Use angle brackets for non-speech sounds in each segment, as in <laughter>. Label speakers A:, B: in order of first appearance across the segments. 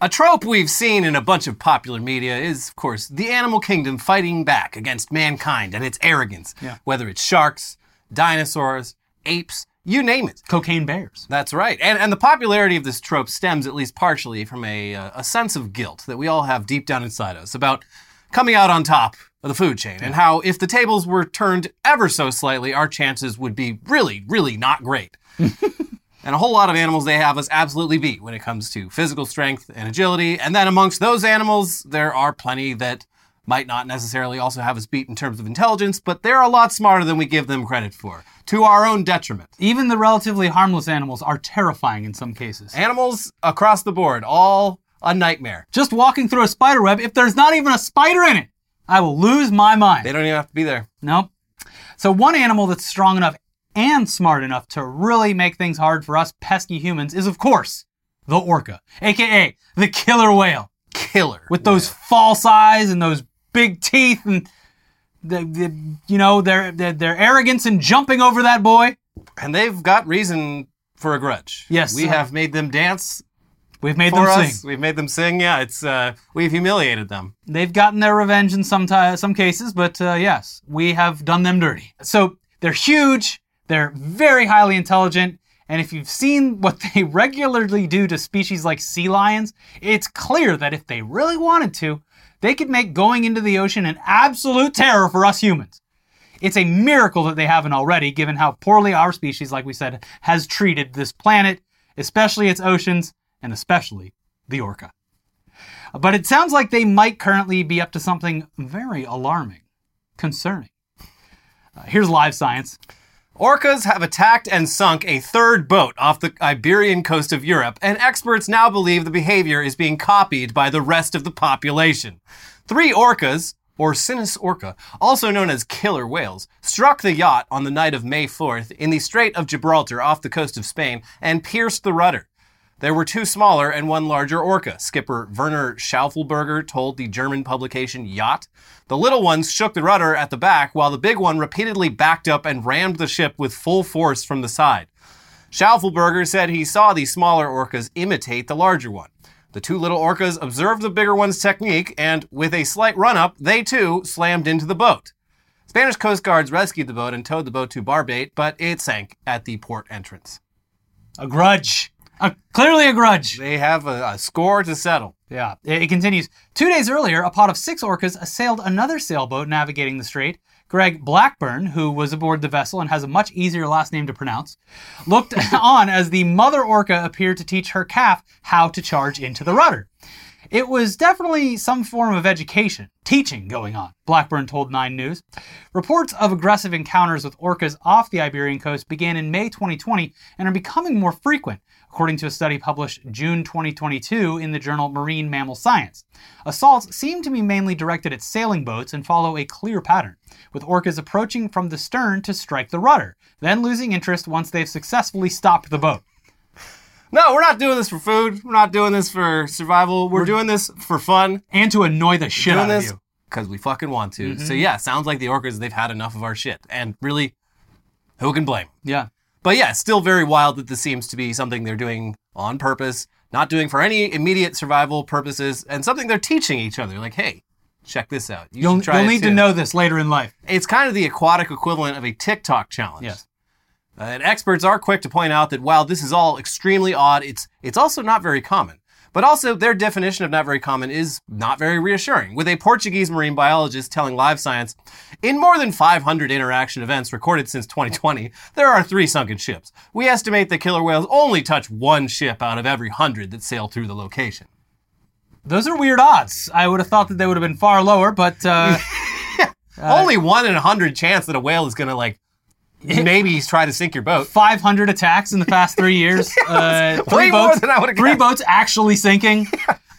A: A trope we've seen in a bunch of popular media is, of course, the animal kingdom fighting back against mankind and its arrogance.
B: Yeah.
A: Whether it's sharks, dinosaurs, apes, you name it.
B: Cocaine bears.
A: That's right. And, and the popularity of this trope stems, at least partially, from a, uh, a sense of guilt that we all have deep down inside us about coming out on top of the food chain and how if the tables were turned ever so slightly, our chances would be really, really not great. and a whole lot of animals they have us absolutely beat when it comes to physical strength and agility. And then amongst those animals, there are plenty that might not necessarily also have us beat in terms of intelligence, but they're a lot smarter than we give them credit for, to our own detriment.
B: Even the relatively harmless animals are terrifying in some cases.
A: Animals across the board, all a nightmare.
B: Just walking through a spider web, if there's not even a spider in it, I will lose my mind.
A: They don't even have to be there.
B: Nope. So one animal that's strong enough and smart enough to really make things hard for us pesky humans is, of course, the orca, aka the killer whale,
A: Killer.
B: with those false eyes and those big teeth and the, the you know their, their their arrogance and jumping over that boy.
A: and they've got reason for a grudge.
B: Yes.
A: we have made them dance
B: We've made
A: for
B: them
A: us.
B: sing.
A: We've made them sing. Yeah, it's uh, we've humiliated them.
B: They've gotten their revenge in some ti- some cases, but uh, yes, we have done them dirty. So they're huge. They're very highly intelligent. And if you've seen what they <laughs> regularly do to species like sea lions, it's clear that if they really wanted to, they could make going into the ocean an absolute terror for us humans. It's a miracle that they haven't already, given how poorly our species, like we said, has treated this planet, especially its oceans, and especially the orca. But it sounds like they might currently be up to something very alarming, concerning. Uh, here's live science.
A: Orcas have attacked and sunk a third boat off the Iberian coast of Europe, and experts now believe the behavior is being copied by the rest of the population. Three orcas, or Sinus orca, also known as killer whales, struck the yacht on the night of May 4th in the Strait of Gibraltar off the coast of Spain and pierced the rudder. There were two smaller and one larger orca, skipper Werner Schaufelberger told the German publication Yacht. The little ones shook the rudder at the back, while the big one repeatedly backed up and rammed the ship with full force from the side. Schaufelberger said he saw the smaller orcas imitate the larger one. The two little orcas observed the bigger one's technique, and with a slight run up, they too slammed into the boat. Spanish Coast Guards rescued the boat and towed the boat to Barbate, but it sank at the port entrance.
B: A grudge. A, clearly a grudge.
A: They have a, a score to settle.
B: Yeah. It, it continues. Two days earlier, a pod of six orcas assailed another sailboat navigating the strait. Greg Blackburn, who was aboard the vessel and has a much easier last name to pronounce, looked <laughs> on as the mother orca appeared to teach her calf how to charge into the rudder. It was definitely some form of education, teaching going on, Blackburn told Nine News. Reports of aggressive encounters with orcas off the Iberian coast began in May 2020 and are becoming more frequent, according to a study published June 2022 in the journal Marine Mammal Science. Assaults seem to be mainly directed at sailing boats and follow a clear pattern, with orcas approaching from the stern to strike the rudder, then losing interest once they've successfully stopped the boat.
A: No, we're not doing this for food. We're not doing this for survival. We're, doing this for fun.
B: And to annoy the shit
A: Doing
B: out of
A: this
B: you.
A: because we fucking want to. So yeah, sounds like the orcas they've had enough of our shit. And really, who can blame?
B: Yeah.
A: But yeah, still very wild that this seems to be something they're doing on purpose, not doing for any immediate survival purposes, and something they're teaching each other. Like, hey, check this out. You
B: You'll,
A: should try
B: you'll
A: it
B: need to
A: too.
B: know this later in life.
A: It's kind of the aquatic equivalent of a TikTok challenge.
B: Yes.
A: Uh, and experts are quick to point out that while this is all extremely odd, it's it's also not very common. But also, their definition of not very common is not very reassuring. With a Portuguese marine biologist telling Live Science, in more than 500 interaction events recorded since 2020, there are three sunken ships. We estimate the killer whales only touch one ship out of every hundred that sail through the location.
B: Those are weird odds. I would have thought that they would have been far lower, but
A: <laughs>
B: uh,
A: only one in a hundred chance that a whale is gonna like maybe try to sink your boat.
B: 500 attacks in the past three
A: <laughs>
B: years. uh,
A: way more
B: boats,
A: than I would've
B: three
A: guessed.
B: boats
A: <laughs>
B: actually sinking.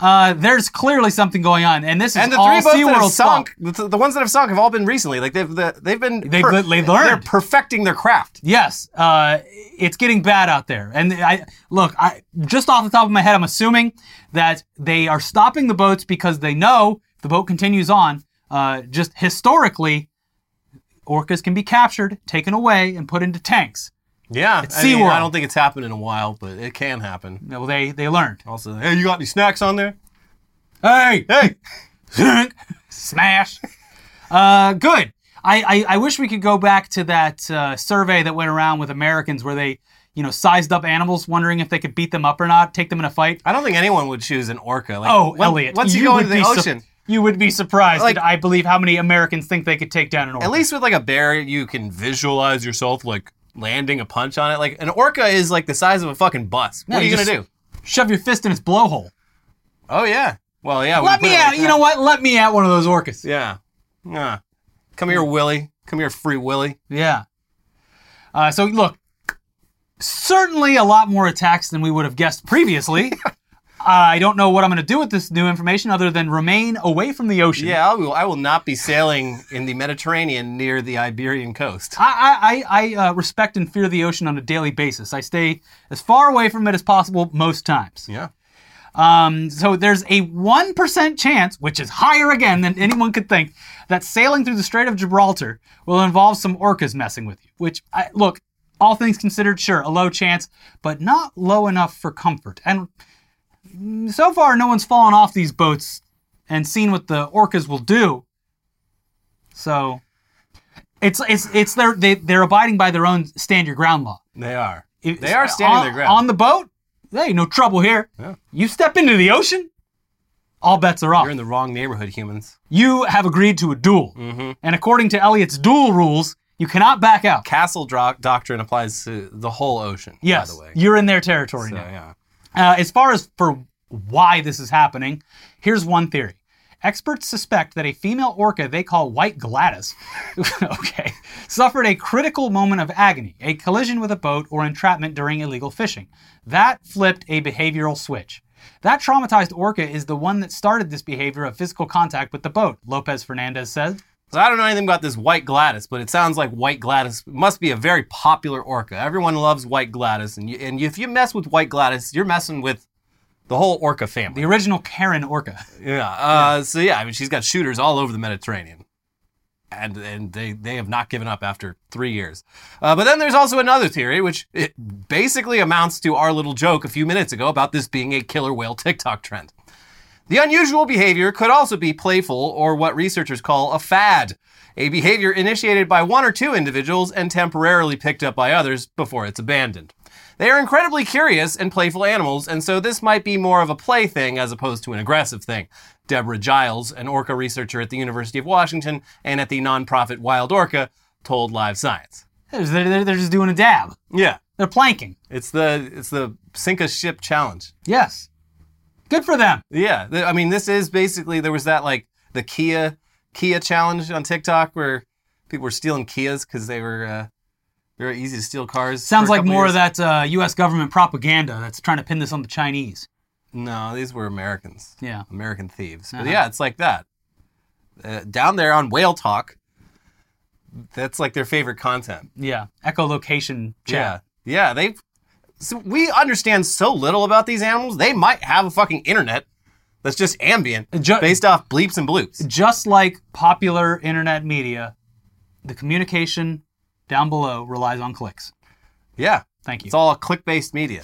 B: Uh, there's clearly something going on, and this is
A: And the
B: all
A: three boats that have
B: SeaWorld's fault.
A: sunk, the, the ones that have sunk have all been recently. Like they've the, they've been
B: They've le- they learned.
A: They're perfecting their craft.
B: Yes, uh, it's getting bad out there. And I look, I just off the top of my head, I'm assuming that they are stopping the boats because they know if the boat continues on. Uh, just historically, orcas can be captured, taken away, and put into tanks.
A: Yeah.
B: It's
A: I, mean,
B: SeaWorld.
A: I don't think it's happened in a while, but it can happen.
B: Well, they they learned.
A: Also, hey, you got any snacks on there?
B: Hey,
A: Hey.
B: smash. Uh, good. I, I, I wish we could go back to that uh, survey that went around with Americans where they, you know, sized up animals, wondering if they could beat them up or not, take them in a fight.
A: I don't think anyone would choose an orca. Like,
B: Oh,
A: when-
B: Elliot,
A: Once you, go
B: would
A: into the
B: be su-
A: ocean,
B: you would be surprised.
A: Like-
B: at, I believe how many Americans think they could take down an orca.
A: at least with like a bear, you can visualize yourself like landing a punch on it. Like an orca is like the size of a fucking bus. What
B: Yeah,
A: are you,
B: you
A: gonna
B: just-
A: do?
B: shove your fist in its blowhole.
A: Oh yeah. Well, yeah. we
B: Let
A: put
B: me
A: it
B: at
A: like
B: you
A: that.
B: know what? Let me at one of those orcas.
A: Yeah. Yeah. Come here, Willie. Come here, free Willie.
B: Yeah. Uh, so look, certainly a lot more attacks than we would have guessed previously. Uh, I don't know what I'm going to do with this new information other than remain away from the ocean.
A: Yeah, I will. I will not be sailing in the Mediterranean near the Iberian coast.
B: I, I, I I, uh, respect and fear the ocean on a daily basis. I stay as far away from it as possible most times.
A: Yeah.
B: Um, so there's a 1% chance, which is higher again than anyone could think, that sailing through the Strait of Gibraltar will involve some orcas messing with you. Which, I, look, all things considered, sure, a low chance, but not low enough for comfort. And mm, so far, no one's fallen off these boats and seen what the orcas will do. So it's it's it's their they, they're abiding by their own stand your ground law.
A: They are.
B: If-
A: They are standing
B: on,
A: their ground.
B: on the boat. Hey, no trouble here.
A: Yeah.
B: You step into the ocean, all bets are off.
A: You're in the wrong neighborhood, humans.
B: you have agreed to a duel,
A: Mm-hmm.
B: and according to Elliot's duel rules, you cannot back out.
A: Castle dro- doctrine applies to the whole ocean.
B: Yes,
A: By the way.
B: you're in their territory
A: So,
B: now.
A: yeah.
B: Uh, as far as for why this is happening, here's one theory. Experts suspect that a female orca they call White Gladys, <laughs> okay, suffered a critical moment of agony, a collision with a boat, or entrapment during illegal fishing. That flipped a behavioral switch. That traumatized orca is the one that started this behavior of physical contact with the boat, Lopez Fernandez said.
A: So I don't know anything about this White Gladys, but it sounds like White Gladys must be a very popular orca. Everyone loves White Gladys, and you, and if you mess with White Gladys, you're messing with the whole orca
B: The
A: family.
B: original Karen orca. <laughs>
A: Yeah. Uh, So yeah, I mean, she's got shooters all over the Mediterranean, and and they they have not given up after three years. Uh, but then there's also another theory, which it basically amounts to our little joke a few minutes ago about this being a killer whale TikTok trend. The unusual behavior could also be playful or what researchers call a fad, a behavior initiated by one or two individuals and temporarily picked up by others before it's abandoned. They are incredibly curious and playful animals, and so this might be more of a play thing as opposed to an aggressive thing. Deborah Giles, an orca researcher at the University of Washington and at the nonprofit Wild Orca, told Live Science.
B: They're, they're- they're just doing a dab.
A: Yeah,
B: They're planking.
A: it's the it's the sink a ship challenge.
B: Yes. Good for them.
A: Yeah, th- I mean, this is basically there was that like the Kia Kia challenge on TikTok where people were stealing Kias because they were uh, very easy to steal cars. for
B: Sounds
A: a
B: like
A: couple
B: more
A: years.
B: of that uh, U.S. government propaganda that's trying to pin this on the Chinese.
A: No, these were Americans,
B: Yeah.
A: American thieves. But
B: Uh-huh.
A: yeah, it's like that. Uh, down there on Whale Talk, that's like their favorite content.
B: Yeah. Echolocation chat.
A: Yeah, yeah. They so we understand so little about these animals. They might have a fucking internet that's just ambient,
B: Ju-
A: based off bleeps and bloops.
B: Just like popular internet media, the communication down below relies on clicks.
A: Yeah,
B: Thank you.
A: it's all click-based media.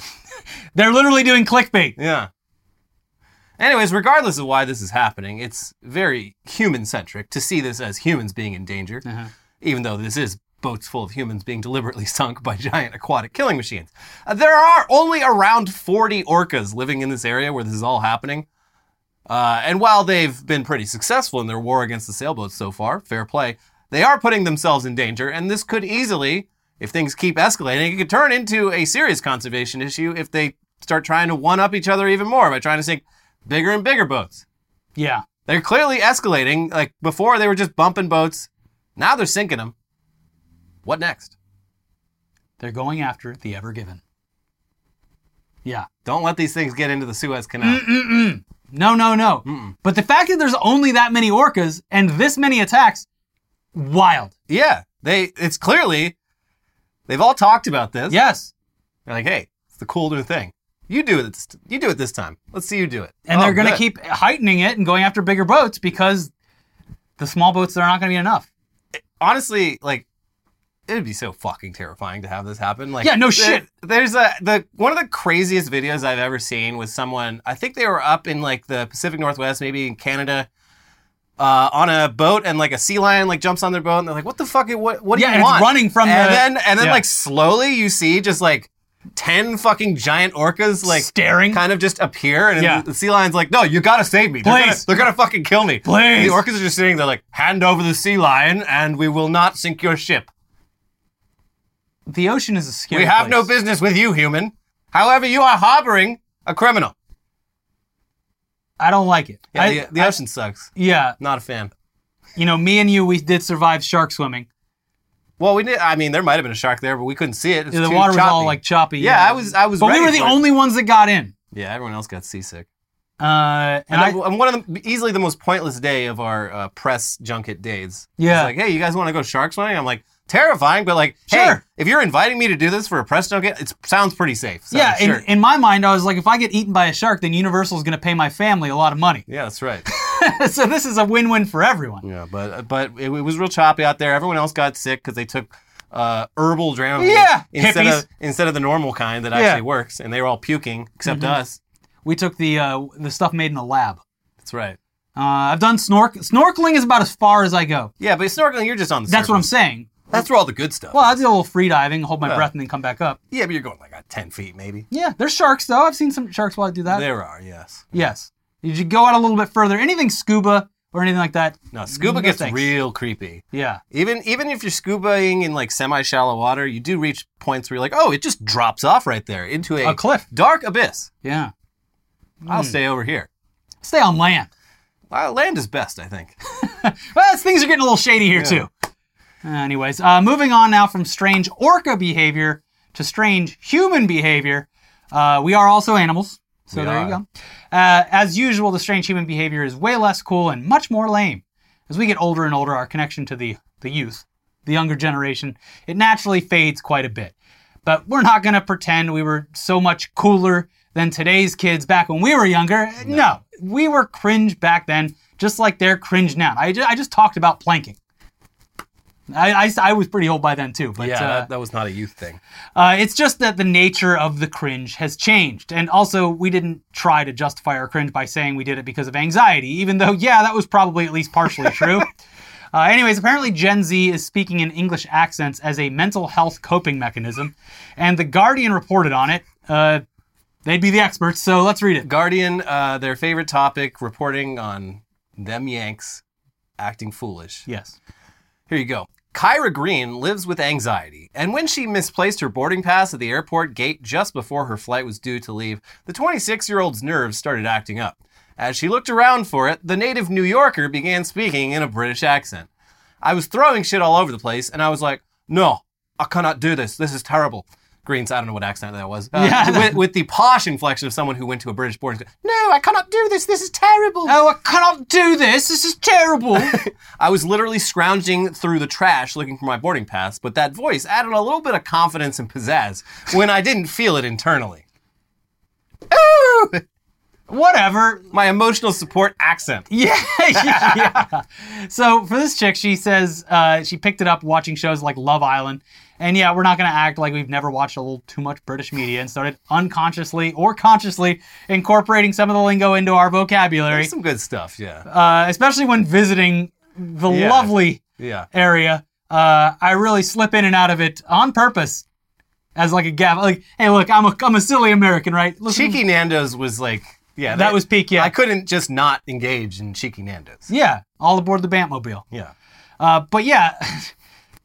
B: They're literally doing clickbait.
A: Yeah. Anyways, regardless of why this is happening, it's very human centric to see this as humans being in danger, even though this is boats full of humans being deliberately <laughs> sunk by giant aquatic killing machines. Uh, there are only around 40 orcas living in this area where this is all happening. Uh, and while they've been pretty successful in their war against the sailboats so far, fair play, they are putting themselves in danger, and this could easily, if things keep escalating, it could turn into a serious conservation issue if they start trying to one up each other even more by trying to sink bigger and bigger boats.
B: Yeah.
A: They're clearly escalating. Like before, they were just bumping boats. Now they're sinking them. What next?
B: They're going after the ever given. Yeah.
A: Don't let these things get into the Suez Canal.
B: No, no, no. But the fact that there's only that many orcas and this many attacks, wild.
A: Yeah, they. It's clearly they've all talked about this.
B: Yes.
A: They're like, hey, it's the cool new thing. You do it. This, you do it this time. Let's see you do it.
B: And
A: Oh,
B: they're going to
A: good.
B: keep heightening it and going after bigger boats because the small boats, they're not going to be enough.
A: Honestly, like, it would be so fucking terrifying to have this happen. Like,
B: Yeah, no
A: there-
B: shit.
A: There's a the one of the craziest videos I've ever seen was someone. I think they were up in like the Pacific Northwest, maybe in Canada, uh, on a boat, and like a sea lion like jumps on their boat, and they're like, "What the fuck? What? What do
B: Yeah,
A: you
B: and it's
A: want?"
B: running from
A: and
B: the-
A: then and then
B: yeah.
A: like slowly you see just like ten fucking giant orcas like
B: staring.
A: kind of just appear, and
B: Yeah.
A: the sea lion's like, "No, you gotta save me. They're gonna-
B: Please.
A: they're gonna fucking kill me.
B: Please.
A: The orcas are just sitting there, like, "Hand over the sea lion, and we will not sink your ship.
B: the ocean is a scary.
A: We have
B: place.
A: no business with you, human. However, you are harboring a criminal."
B: I don't like it.
A: Yeah,
B: I-
A: the, the ocean sucks.
B: yeah,
A: Not a fan.
B: you know, me and you, we did survive shark swimming.
A: Well, we did. I mean, there might have been a shark there, but we couldn't see it. It was
B: Yeah, the
A: too
B: water was all
A: choppy.
B: like choppy.
A: Yeah, I was- I was
B: But
A: ready
B: we were the
A: for it.
B: only ones that got in.
A: Yeah, everyone else got seasick.
B: Uh, and
A: And
B: I,
A: I, am one of the easily the most pointless day of our uh, press junket days.
B: Yeah.
A: It's like, hey, you guys want to go shark swimming? I'm like, terrifying, but like, hey,
B: Sure.
A: if you're inviting me to do this for a press junket, it sounds pretty safe. So,
B: yeah,
A: sure.
B: in, in my mind, I was like, if I get eaten by a shark, then Universal's going to pay my family a lot of money. <laughs>
A: yeah, that's right.
B: so this is a win-win for everyone.
A: yeah, but but it, it was real choppy out there. Everyone else got sick because they took uh, herbal Dramamine
B: Yeah,
A: instead
B: hippies.
A: of instead of the normal kind that
B: Yeah. Mm-hmm.
A: actually works, and they were all puking except us.
B: We took the uh, the stuff made in the lab.
A: That's right.
B: Uh, I've done snork snorkeling is about as far as I go.
A: Yeah, but snorkeling, you're just on the.
B: That's what I'm
A: surface.
B: saying.
A: That's where all the good stuff.
B: Well, I
A: is.
B: did a little free diving, hold my
A: Yeah.
B: breath, and then come back up.
A: yeah, but you're going like uh, ten feet maybe.
B: Yeah, there's sharks though. I've seen some sharks while I do that.
A: There are yes.
B: Yes. Did you go out a little bit further? Anything scuba or anything like that?
A: No, scuba
B: No
A: gets
B: thanks.
A: real creepy.
B: Yeah.
A: Even even if you're scubaing in like semi-shallow water, you do reach points where you're like, oh, it just drops off right there into a,
B: A cliff.
A: dark abyss.
B: Yeah.
A: I'll stay over here.
B: Stay on land.
A: Uh, land is best, I think.
B: Well, it's- things are getting a little shady here too. Uh, anyways, uh, moving on now from strange orca behavior to strange human behavior. Uh, we are also animals, so
A: We
B: there you
A: are.
B: go. Uh, as usual, the strange human behavior is way less cool and much more lame. As we get older and older, our connection to the the youth, the younger generation, it naturally fades quite a bit. But we're not going to pretend we were so much cooler than today's kids back when we were younger. No, we were cringe back then, just like they're cringe now. I just, I just talked about planking. I, I s- I was pretty old by then too, but
A: yeah,
B: uh,
A: that, that was not a youth thing.
B: uh, it's just that the nature of the cringe has changed. And also, we didn't try to justify our cringe by saying we did it because of anxiety, even though, yeah, that was probably at least <laughs> partially true. Uh, anyways, apparently Gen Z is speaking in English accents as a mental health coping mechanism, and The Guardian reported on it. Uh, they'd be the experts, so let's read it.
A: Guardian, uh, their favorite topic, reporting on them Yanks acting foolish.
B: Yes.
A: Here you go. Kyra Green lives with anxiety, and when she misplaced her boarding pass at the airport gate just before her flight was due to leave, the 26 year old's nerves started acting up. As she looked around for it, the native New Yorker began speaking in a British accent. I was throwing shit all over the place, and I was like, no, I cannot do this. This is terrible. Green's, I don't know what accent that was. Uh,
B: <laughs> Yeah.
A: with, with the posh inflection of someone who went to a British boarding school. No, I cannot do this. This is terrible.
B: Oh, I cannot do this. This is terrible.
A: I was literally scrounging through the trash looking for my boarding pass, but that voice added a little bit of confidence and pizzazz when I didn't feel it internally. <laughs> Ooh!
B: <laughs> Whatever.
A: My emotional support accent.
B: Yeah, <laughs> yeah. So for this chick, she says uh, she picked it up watching shows like Love Island, and yeah, we're not gonna act like we've never watched a little too much British media and started unconsciously or consciously incorporating some of the lingo into our vocabulary,
A: Some good stuff, yeah.
B: uh, especially when visiting the
A: Yeah.
B: lovely
A: Yeah.
B: area. Uh, I really slip in and out of it on purpose, as like a gap. Like, hey, look, I'm a I'm a silly American, right? Listen,
A: Cheeky Nando's was like, yeah.
B: that was peak, yeah,
A: I couldn't just not engage in Cheeky Nando's.
B: yeah. All aboard the Bantmobile.
A: Yeah.
B: Uh, but yeah,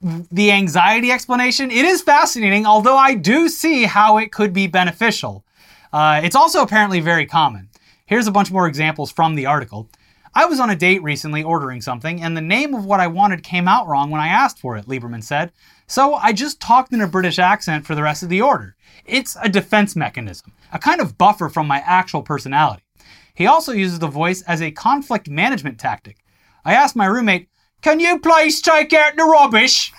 B: <laughs> the anxiety explanation, it is fascinating, although I do see how it could be beneficial. Uh, it's also apparently very common. Here's a bunch more examples from the article. I was on a date recently ordering something, and the name of what I wanted came out wrong when I asked for it, Lieberman said. So I just talked in a British accent for the rest of the order. It's a defense mechanism, a kind of buffer from my actual personality. He also uses the voice as a conflict management tactic. I asked my roommate, Can you please take out the rubbish?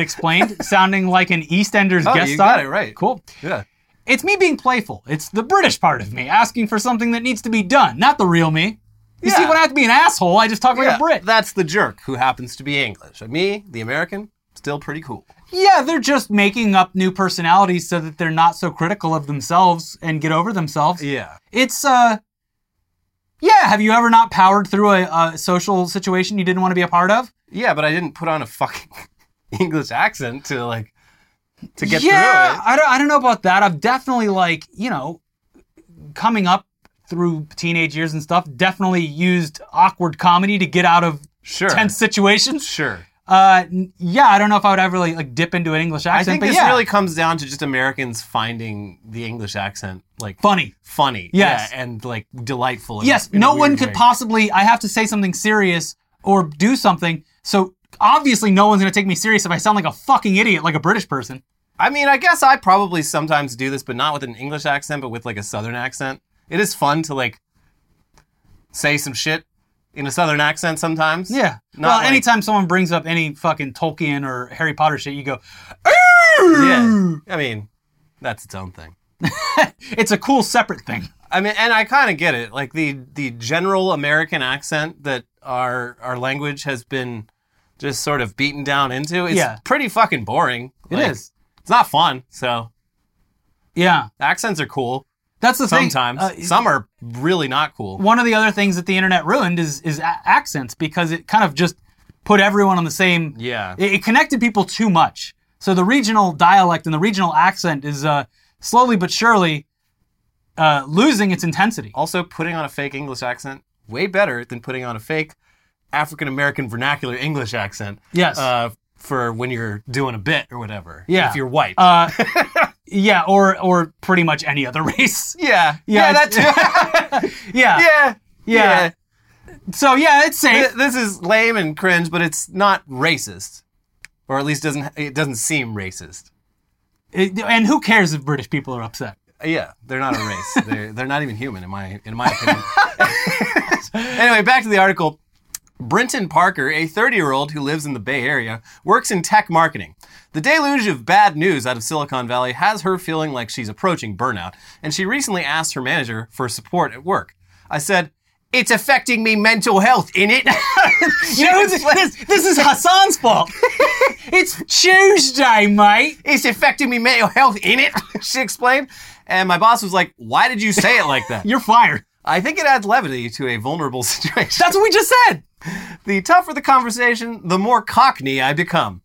A: <laughs>
B: explained, sounding like an EastEnders
A: Oh,
B: guest
A: you got
B: star.
A: it right.
B: Cool.
A: Yeah.
B: It's me being playful. It's the British part of me asking for something that needs to be done, not the real me. You see,
A: Yeah.
B: when I have to be an asshole, I just talk like
A: yeah.
B: a Brit.
A: That's the jerk who happens to be English. Me, the American, it's still pretty cool.
B: Yeah, they're just making up new personalities so that they're not so critical of themselves and get over themselves.
A: Yeah.
B: It's uh Yeah, have you ever not powered through a, a social situation you didn't want to be a part of?
A: Yeah, but I didn't put on a fucking <laughs> English accent to like to get
B: yeah,
A: through it.
B: I don't I don't know about that. I've definitely like, you know, coming up through teenage years and stuff, definitely used awkward comedy to get out of
A: Sure.
B: tense situations.
A: Sure.
B: Uh n- yeah, I don't know if I would ever like, like dip into an English accent,
A: I think
B: but
A: this
B: yeah.
A: really comes down to just Americans finding the English accent like
B: funny.
A: funny.
B: Yes.
A: Yeah, and like delightful. in a-
B: Yes,
A: in a
B: no
A: weird
B: one could
A: way.
B: possibly. I have to say something serious or do something. So obviously, no one's going to take me serious if I sound like a fucking idiot, like a British person.
A: I mean, I guess I probably sometimes do this, but not with an English accent, but with like a Southern accent. It is fun to like say some shit in a Southern accent sometimes.
B: Yeah.
A: Not
B: well,
A: like-
B: anytime someone brings up any fucking Tolkien or Harry Potter shit, you go,
A: Yeah. I mean, that's its own thing.
B: it's a cool separate thing.
A: I mean, and I kind of get it. Like the the general American accent that our our language has been just sort of beaten down into. It's
B: Yeah.
A: pretty fucking boring.
B: It is.
A: It's not fun. So
B: Yeah.
A: accents are cool
B: That's the thing.
A: sometimes.
B: Uh,
A: Some are really not cool.
B: one of the other things that the internet ruined is is a- accents because it kind of just put everyone on the same.
A: Yeah.
B: It, it connected people too much. So the regional dialect and the regional accent is uh, slowly but surely uh, losing its intensity.
A: Also, putting on a fake English accent way better than putting on a fake African American vernacular English accent.
B: Yes.
A: Uh, for when you're doing a bit or whatever.
B: Yeah.
A: If you're white.
B: Uh, yeah, or or pretty much any other <laughs> race.
A: yeah. Yeah.
B: yeah,
A: that too. <laughs>
B: <laughs> Yeah.
A: yeah.
B: Yeah.
A: yeah.
B: So yeah, it's safe.
A: Th- this is lame and cringe, but it's not racist, or at least doesn't it doesn't seem racist.
B: It- and who cares if British people are upset?
A: Uh, Yeah, they're not a race. they're they're not even human in my in my opinion. <laughs> anyway, back to the article. Brenton Parker, a 30 year old who lives in the Bay Area, works in tech marketing. The deluge of bad news out of Silicon Valley has her feeling like she's approaching burnout, and she recently asked her manager for support at work. I said, It's affecting me mental health, innit? <laughs>
B: You know, it's- this, this is Hassan's fault. it's Tuesday, mate.
A: it's affecting me mental health in it <laughs> she explained and my boss was like why did you say it like
B: <laughs>
A: that
B: You're fired.
A: i think it adds levity to a vulnerable <laughs> situation
B: That's what we just said.
A: the tougher the conversation the more cockney i become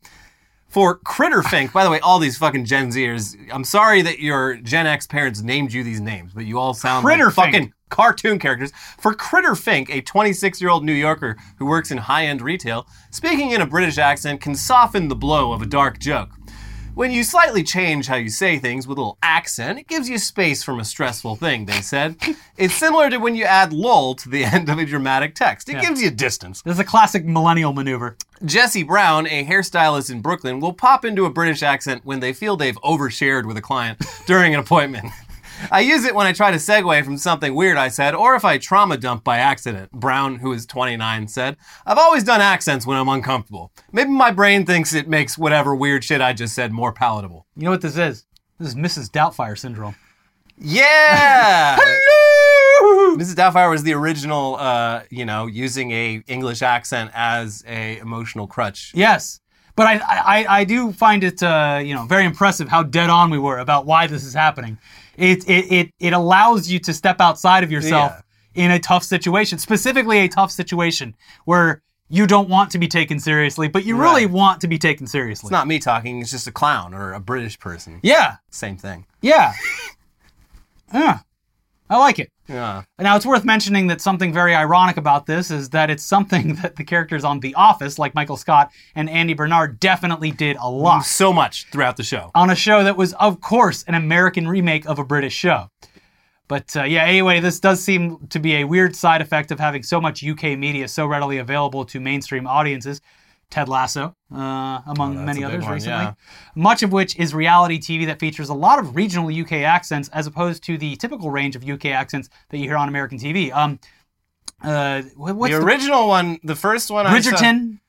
A: for Critterfink, by the way, all these fucking Gen Zers, I'm sorry that your Gen X parents named you these names, but you all sound
B: Critterfink.
A: like fucking cartoon characters. For Critterfink, a 26 year old New Yorker who works in high end retail, speaking in a British accent can soften the blow of a dark joke. When you slightly change how you say things with a little accent, it gives you space from a stressful thing, they said. it's similar to when you add lol to the <laughs> end of a dramatic text, it gives you distance.
B: This is a classic millennial maneuver.
A: Jesse Brown, a hairstylist in Brooklyn, will pop into a British accent when they feel they've overshared with a client <laughs> during an appointment. I use it when I try to segue from something weird I said or if I trauma dump by accident, Brown, who is 29, said. I've always done accents when I'm uncomfortable. Maybe my brain thinks it makes whatever weird shit I just said more palatable.
B: You know what this is? This is Mrs. Doubtfire syndrome.
A: Yeah! Mrs. Doubtfire was the original, uh, you know, using a English accent as a emotional crutch.
B: Yes, but I I, I do find it uh, you know very impressive how dead on we were about why this is happening. It it it, it allows you to step outside of yourself in a tough situation, specifically a tough situation where you don't want to be taken seriously, but you really
A: Right.
B: want to be taken seriously.
A: It's not me talking, it's just a clown or a British person.
B: yeah,
A: Same thing.
B: yeah, <laughs> yeah. I like it.
A: Yeah.
B: Now, it's worth mentioning that something very ironic about this is that it's something <laughs> that the characters on The Office, like Michael Scott and Andy Bernard, definitely did a lot
A: Um, So much throughout the show.
B: on a show that was, of course, an American remake of a British show. But uh, yeah, anyway, this does seem to be a weird side effect of having so much UK media so readily available to mainstream audiences. Ted Lasso, uh, among
A: Oh, that's
B: many
A: a big
B: others
A: one,
B: recently.
A: yeah.
B: Much of which is reality TV that features a lot of regional UK accents as opposed to the typical range of UK accents that you hear on American TV. Um, uh, wh- what's
A: the
B: the,
A: original one, the first one I saw.
B: Bridgerton?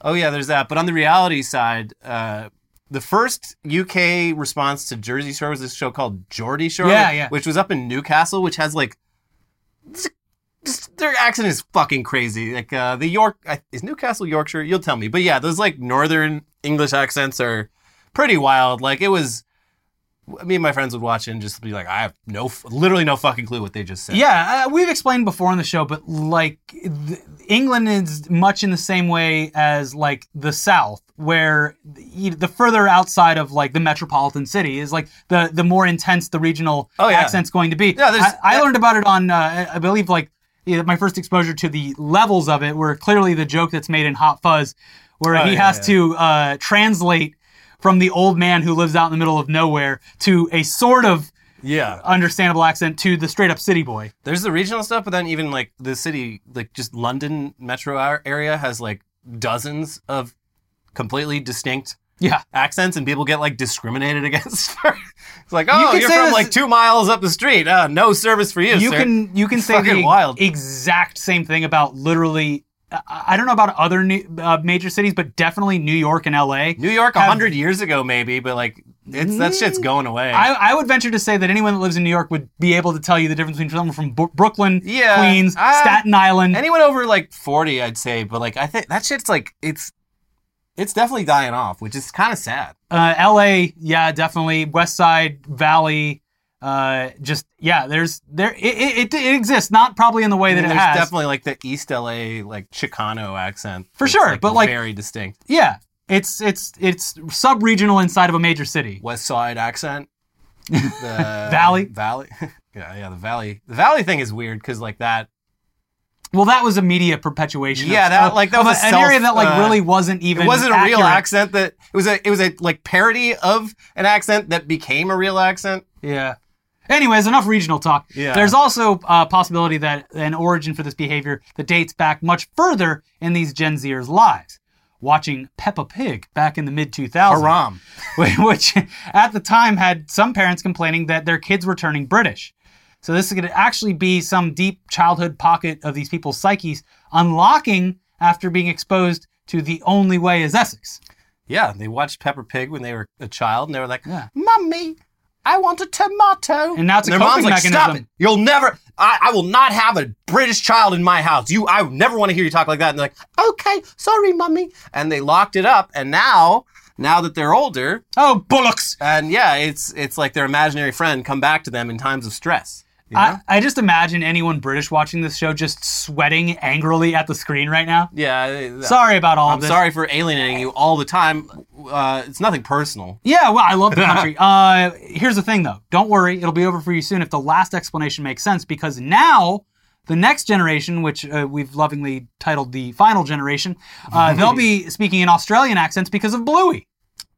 A: Oh, yeah, there's that. But on the reality side, uh, the first UK response to Jersey Shore was this show called Geordie Shore,
B: Yeah, yeah.
A: which was up in Newcastle, which has like. Just, their accent is fucking crazy. Like uh, the York I- is Newcastle Yorkshire. You'll tell me, but yeah, those like northern English accents are pretty wild. Like it was. Me and my friends would watch it and just be like, I have no, f- literally no fucking clue what they just said.
B: Yeah, uh, we've explained before on the show, but like th- England is much in the same way as like the South, where the, the further outside of like the metropolitan city is like the the more intense the regional
A: Oh, yeah.
B: accent's going to be.
A: Yeah, there's-
B: I, I
A: yeah.
B: learned about it on uh, I- I believe like yeah, my first exposure to the levels of it, where clearly the joke that's made in Hot Fuzz, where
A: Oh,
B: he
A: yeah,
B: has
A: yeah.
B: to uh, translate from the old man who lives out in the middle of nowhere to a sort of
A: yeah.
B: understandable accent to the straight up city boy.
A: There's the regional stuff, but then even like the city, like just London metro ar- area has like dozens of completely distinct
B: Yeah.
A: accents, and people get like discriminated <laughs> against. For, it's like, oh,
B: could
A: you are
B: say
A: from
B: this-
A: like two miles up the street. Uh, no service for you.
B: you
A: sir.
B: can you can say
A: Fucking
B: the
A: wild.
B: exact same thing about literally. I I don't know about other new, uh, major cities, but definitely New York and L.A.
A: New York a
B: have- Mm.
A: hundred years ago, maybe, but like it's that shit's going away.
B: I, I would venture to say that anyone that lives in New York would be able to tell you the difference between someone from Bro- Brooklyn,
A: Yeah,
B: Queens,
A: I-
B: Staten Island.
A: Anyone over like forty, I'd say, but like I think that shit's like it's it's definitely dying off, which is kind of sad.
B: uh, LA, yeah, definitely. West Side, Valley, uh, just yeah. There's there it, it, it exists, not probably in the way
A: I
B: that
A: mean,
B: it
A: there's
B: has.
A: definitely like the East LA like Chicano accent
B: For
A: that's,
B: sure, but, like-
A: very distinct
B: yeah, it's it's it's sub-regional inside of a major city.
A: West Side
B: <laughs>
A: accent. The
B: Valley.
A: Valley. <laughs> yeah, yeah. The Valley. The Valley thing is weird because like that.
B: Well, that was a media perpetuation. of-
A: Yeah, that-
B: of-
A: like, that
B: of
A: was
B: a-
A: a
B: an
A: self-
B: area that like
A: uh,
B: really wasn't even.
A: It wasn't a real
B: accurate.
A: accent. That it was a. It was a like parody of an accent that became a real accent.
B: Yeah. Anyways, enough regional talk.
A: Yeah.
B: There's also a possibility that an origin for this behavior that dates back much further in these Gen Zers' lives. Watching Peppa Pig back in the mid 2000s.
A: Haram.
B: <laughs> which at the time had some parents complaining that their kids were turning British. So this could actually be some deep childhood pocket of these people's psyches unlocking after being exposed to the only way is Essex.
A: Yeah, they watched Pepper Pig when they were a child, and they were like,
B: Yeah.
A: "Mummy, I want a tomato."
B: And now it's a
A: their
B: coping
A: mom's like, "Stop
B: mechanism."
A: it! You'll never. I, I will not have a British child in my house. You, I never want to hear you talk like that." And they're like, "Okay, sorry, mummy." And they locked it up, and now. Now that they're older,
B: Oh, bullocks!
A: and yeah, it's it's like their imaginary friend come back to them in times of stress. you know?
B: I, I just imagine anyone British watching this show just sweating angrily at the screen right now.
A: yeah, uh,
B: Sorry about all
A: I'm
B: of this.
A: sorry for alienating you all the time. Uh, it's nothing personal.
B: Yeah, well,
A: <laughs>
B: I love the country. uh, here's the thing, though. Don't worry, it'll be over for you soon if the last explanation makes sense, because now the next generation, which uh, we've lovingly titled the final generation, uh, they'll be speaking in Australian accents because of Bluey,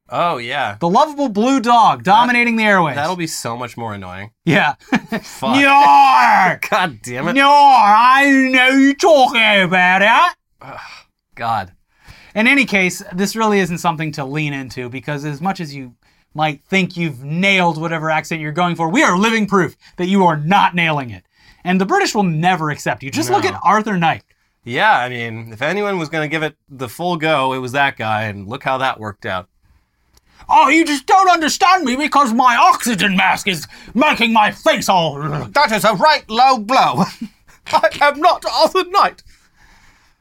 A: Oh yeah,
B: the lovable blue dog dominating the airways.
A: that'll be so much more annoying.
B: yeah. <laughs>
A: Fuck.
B: Yarr!
A: God damn it.
B: Yarr! I know you talking about it.
A: God.
B: In any case, this really isn't something to lean into because as much as you might think you've nailed whatever accent you're going for, we are living proof that you are not nailing it. And the British will never accept you. Just look
A: No.
B: at Arthur Knight.
A: Yeah, I mean, if anyone was going to give it the full go, it was that guy, and look how that worked out.
B: Oh, you just don't understand me because my oxygen mask is making my face all.
A: That is a right low blow. <laughs> I am not Arthur Knight.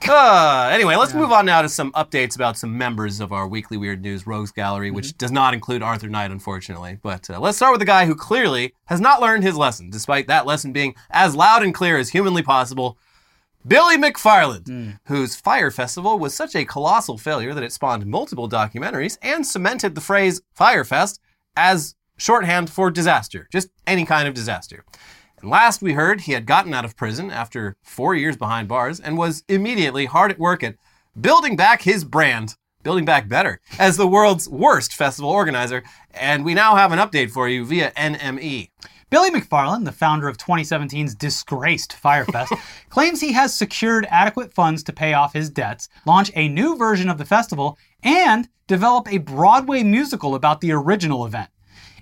A: Uh, anyway, let's move on now to some updates about some members of our weekly Weird News Rogues Gallery, which does not include Arthur Knight, unfortunately. But uh, let's start with the guy who clearly has not learned his lesson, despite that lesson being as loud and clear as humanly possible. Billy McFarland, whose Fire Festival was such a colossal failure that it spawned multiple documentaries and cemented the phrase Firefest as shorthand for disaster, just any kind of disaster. And last we heard, he had gotten out of prison after four years behind bars and was immediately hard at work at building back his brand, building back better, as the world's worst festival organizer. And we now have an update for you via E. NME.
B: Billy McFarland, the founder of 2017's disgraced Firefest, claims he has secured adequate funds to pay off his debts, launch a new version of the festival, and develop a Broadway musical about the original event.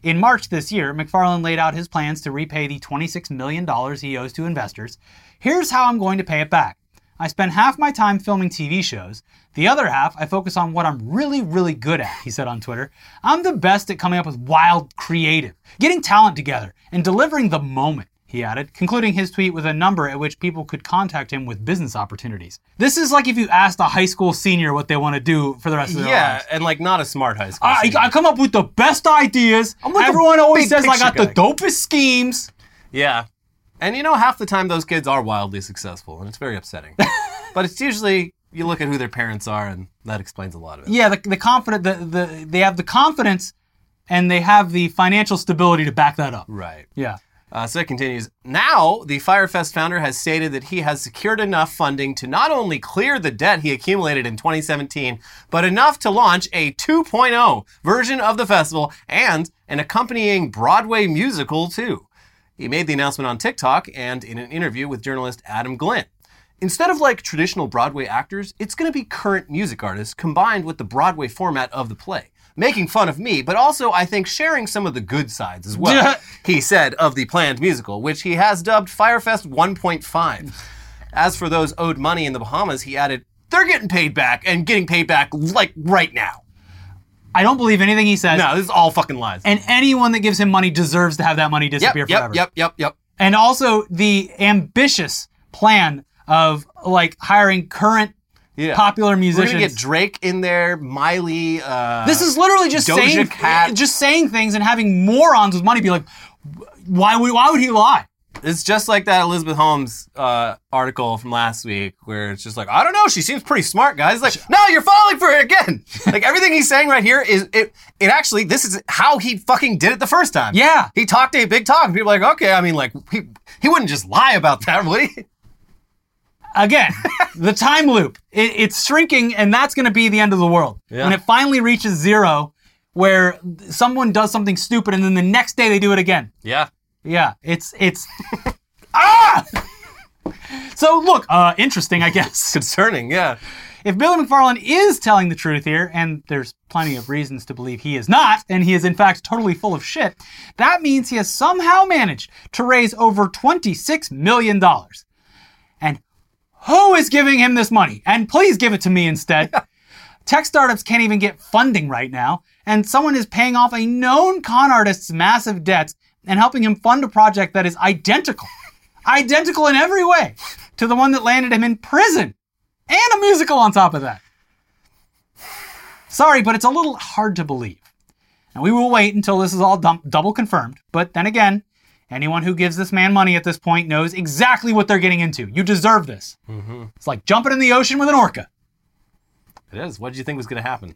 B: In March this year, McFarland laid out his plans to repay the $26 million he owes to investors. Here's how I'm going to pay it back. I spend half my time filming TV shows. The other half, I focus on what I'm really, really good at, he said on Twitter. I'm the best at coming up with wild creative, getting talent together, and delivering the moment, he he added, concluding his tweet with a number at which people could contact him with business opportunities. This is like if you asked a high school senior what they want to do for the rest of their
A: yeah,
B: lives.
A: and like not a smart high school.
B: I,
A: senior.
B: I come up with the best ideas.
A: like a
B: Everyone always
A: big
B: says I
A: picture
B: got the dopest schemes.
A: yeah, and you know half the time those kids are wildly successful, and it's very
B: <laughs>
A: upsetting. but it's usually you look at who their parents are, and that explains a lot of it.
B: Yeah, the, the confident, the, the they have the confidence, and they have the financial stability to back that up.
A: Right.
B: Yeah.
A: Uh, so it continues. Now, the Firefest founder has stated that he has secured enough funding to not only clear the debt he accumulated in 2017, but enough to launch a 2.0 version of the festival and an accompanying Broadway musical, too. He made the announcement on TikTok and in an interview with journalist Adam Glint. Instead of like traditional Broadway actors, it's going to be current music artists combined with the Broadway format of the play. Making fun of me, but also I think sharing some of the good sides as well, he said of the planned musical, which he has dubbed Firefest 1.5. As for those owed money in the Bahamas, he added, they're getting paid back and getting paid back like right now.
B: I don't believe anything he says.
A: No, this is all fucking lies.
B: And anyone that gives him money deserves to have that money
A: yep,
B: disappear
A: yep,
B: forever.
A: yep, yep, yep.
B: And also the ambitious plan of like hiring current
A: Yeah.
B: popular
A: We're
B: musicians.
A: gonna get Drake in there, Miley. Uh,
B: this is literally just
A: Doja
B: saying
A: Cat.
B: just saying things and having morons with money be like, why would why would he lie?
A: It's just like that Elizabeth Holmes uh, article from last week where it's just like, I don't know, she seems pretty smart, guys. Like, no, you're falling for it <laughs> again. like everything he's saying right here is it it actually this is how he fucking did it the first time.
B: Yeah.
A: He talked a big talk. and People are like, okay, I mean, like he he wouldn't just lie about that, would he?
B: Again, the time loop. It, it's shrinking, and that's going to be the end of the world.
A: Yeah.
B: When it finally reaches zero, where someone does something stupid, and then the next day they do it again.
A: Yeah.
B: Yeah, it's it's <laughs> ah. So look, uh, interesting, I
A: <laughs>
B: guess.
A: Concerning, yeah.
B: If Billy McFarland is telling the truth here, and there's plenty of reasons to believe he is not, and he is in fact totally full of shit, that means he has somehow managed to raise over twenty-six million dollars. And who is giving him this money? And please give it to me instead. Tech startups can't even get funding right now, and someone is paying off a known con artist's massive debts and helping him fund a project that is identical, <laughs> identical in every way to the one that landed him in prison and a musical on top of that. Sorry, but it's a little hard to believe. And we will wait until this is all dum- double confirmed. But then again, anyone who gives this man money at this point knows exactly what they're getting into. You deserve this.
A: Mm-hmm.
B: It's like jumping in the ocean with an orca.
A: It is. What did you think was gonna happen?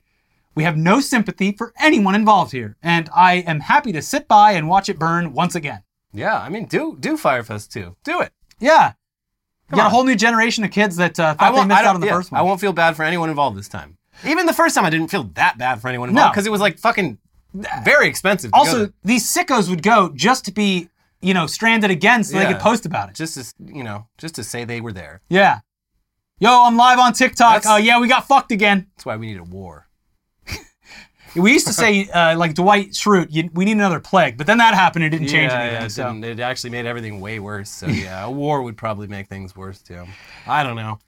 B: We have no sympathy for anyone involved here, and I am happy to sit by and watch it burn once again.
A: Yeah, I mean, do do Firefest 2. Do it.
B: Yeah. you got a
A: on.
B: whole new generation of kids that uh, thought they missed out on the
A: yeah,
B: first one.
A: I won't feel bad for anyone involved this time. Even the first time, I didn't feel that bad for anyone involved
B: No.
A: because it was like fucking very expensive. to go
B: also,
A: there.
B: these sickos would go just to be, you know, stranded again so they
A: Yeah.
B: could post about it.
A: just to s- you know, just to say they were there.
B: Yeah. Yo, I'm live on TikTok.
A: That's-
B: Oh, yeah, we got fucked again.
A: That's why we need a war.
B: We used
A: <laughs>
B: to say, uh, like Dwight Schrute, you, we need another plague, but then that happened. It didn't change anything.
A: it,
B: so.
A: didn't- it actually made everything way worse.
B: <laughs>
A: So yeah, a war would probably make things worse too. I don't know.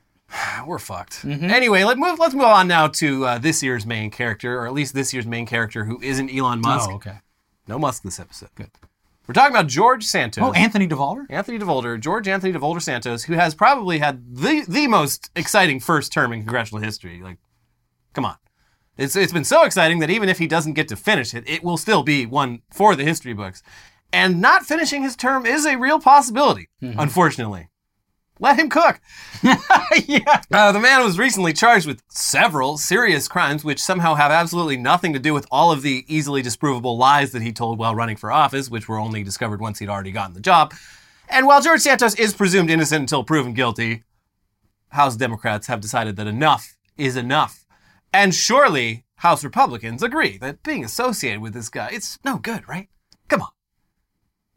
A: <sighs> We're fucked.
B: Mm-hmm.
A: Anyway, let's move. Let's move on now to uh, this year's main character, or at least this year's main character, who isn't Elon Musk.
B: Oh, okay.
A: No Musk this episode. Good. We're talking about George Santos.
B: Oh, Anthony DeVolver?
A: Anthony DeVolder, George Anthony DeVolder Santos, who has probably had the the most exciting first term in congressional history. Like, come on. It's, it's been so exciting that even if he doesn't get to finish it, it will still be one for the history books. And not finishing his term is a real possibility, unfortunately. Let him cook. <laughs>
B: yeah.
A: Uh, the man was recently charged with several serious crimes, which somehow have absolutely nothing to do with all of the easily disprovable lies that he told while running for office, which were only discovered once he'd already gotten the job. And while George Santos is presumed innocent until proven guilty, House Democrats have decided that enough is enough. And surely House Republicans agree that being associated with this guy, it's no good, right? Come on.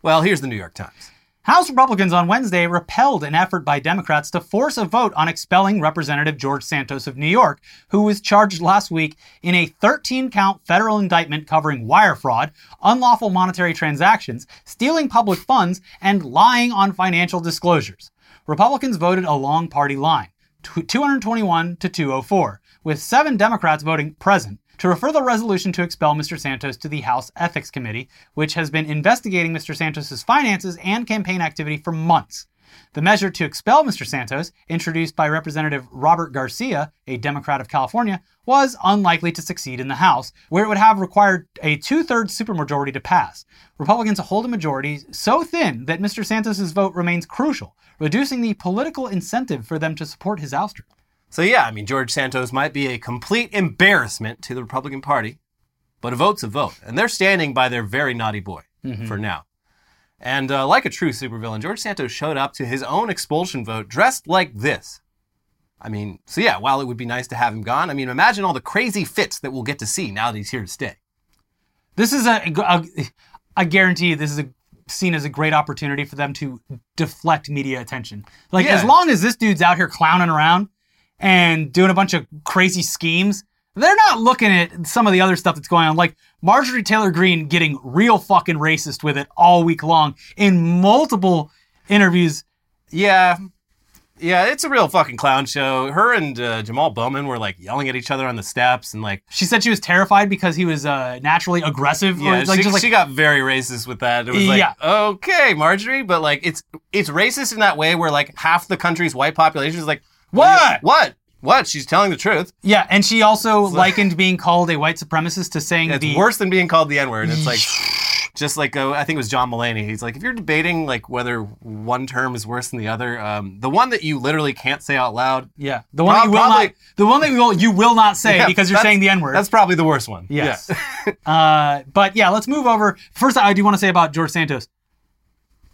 A: Well, here's the New York Times.
B: House Republicans on Wednesday repelled an effort by Democrats to force a vote on expelling Representative George Santos of New York, who was charged last week in a 13 count federal indictment covering wire fraud, unlawful monetary transactions, stealing public funds, and lying on financial disclosures. Republicans voted along party line, tw- 221 to 204, with seven Democrats voting present to refer the resolution to expel Mr. Santos to the House Ethics Committee, which has been investigating Mr. Santos's finances and campaign activity for months. The measure to expel Mr. Santos, introduced by Representative Robert Garcia, a Democrat of California, was unlikely to succeed in the House, where it would have required a two thirds supermajority to pass. Republicans hold a majority so thin that Mr. Santos's vote remains crucial, reducing the political incentive for them to support his ouster.
A: So, yeah, I mean, George Santos might be a complete embarrassment to the Republican Party, but a vote's a vote. And they're standing by their very naughty boy for now. And uh, like a true supervillain, George Santos showed up to his own expulsion vote dressed like this. I mean, so yeah, while it would be nice to have him gone, I mean, imagine all the crazy fits that we'll get to see now that he's here to stay.
B: This is a, a I guarantee you this is a, seen as a great opportunity for them to deflect media attention. Like
A: Yeah.
B: as long as this dude's out here clowning around and doing a bunch of crazy schemes, they're not looking at some of the other stuff that's going on. Like Marjorie Taylor Greene getting real fucking racist with it all week long in multiple interviews.
A: Yeah. Yeah, it's a real fucking clown show. Her and uh, Jamal Bowman were like yelling at each other on the steps and like,
B: She said she was terrified because he was uh, naturally aggressive. or
A: yeah,
B: like,
A: she,
B: just like,
A: she got very racist with that. It was like,
B: Yeah.
A: okay, Marjorie, but like it's it's racist in that way where like half the country's white population is like,
B: What?
A: what, what? She's telling the truth.
B: yeah, and
A: <laughs>
B: she also likened being called a white supremacist to saying
A: It's
B: the
A: worse than being called the N word. It's
B: <laughs>
A: like just like uh, I think it was John Mulaney. He's like, if you're debating like whether one term is worse than the other, um, the one that you literally can't say out
B: <laughs>
A: loud,
B: Yeah, the one that you will
A: Probably-
B: not, the one that you will, you will not say
A: Yeah,
B: because you're
A: that's-
B: saying the N word.
A: that's probably the worst one. <laughs>
B: yes. uh, but yeah, let's move over. First, I do want to say about George Santos.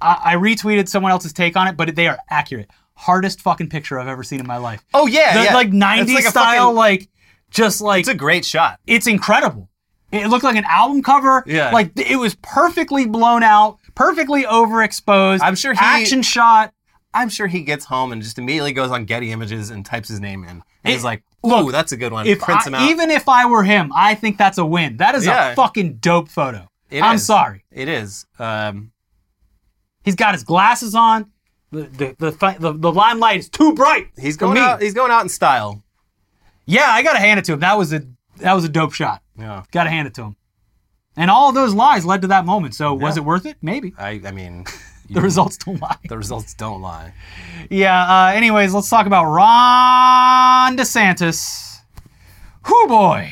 B: I, I retweeted someone else's take on it, but they are accurate. Hardest fucking picture I've ever seen in my life.
A: Oh yeah,
B: The,
A: yeah.
B: Like
A: It's
B: 90s
A: a
B: style,
A: fucking-
B: like just like
A: it's a great shot.
B: it's incredible. It looked like an album cover.
A: Yeah.
B: Like th- it was perfectly blown out, perfectly overexposed.
A: I'm sure he-
B: action shot.
A: I'm sure he gets home and just immediately goes on Getty Images and types his name in. And he's like, "Ooh, that's a good one."
B: If
A: Prints
B: I-
A: him out.
B: even if I were him, I think that's a win. That is
A: Yeah.
B: a fucking dope photo.
A: It
B: I'm
A: is.
B: sorry.
A: It is. Um,
B: He's got his glasses on. The the the, fi- the, the limelight is too bright.
A: he's
B: for
A: going
B: me.
A: out. He's going out in style.
B: Yeah, I gotta hand it to him. That was a that was a dope shot.
A: Yeah.
B: Gotta hand it to him. And all those lies led to that moment. So was
A: Yeah.
B: it worth it? Maybe. <laughs>
A: I. I mean, <laughs> you-
B: The results don't lie.
A: The results don't lie.
B: Yeah. Uh, anyways, let's talk about Ron DeSantis. Who boy,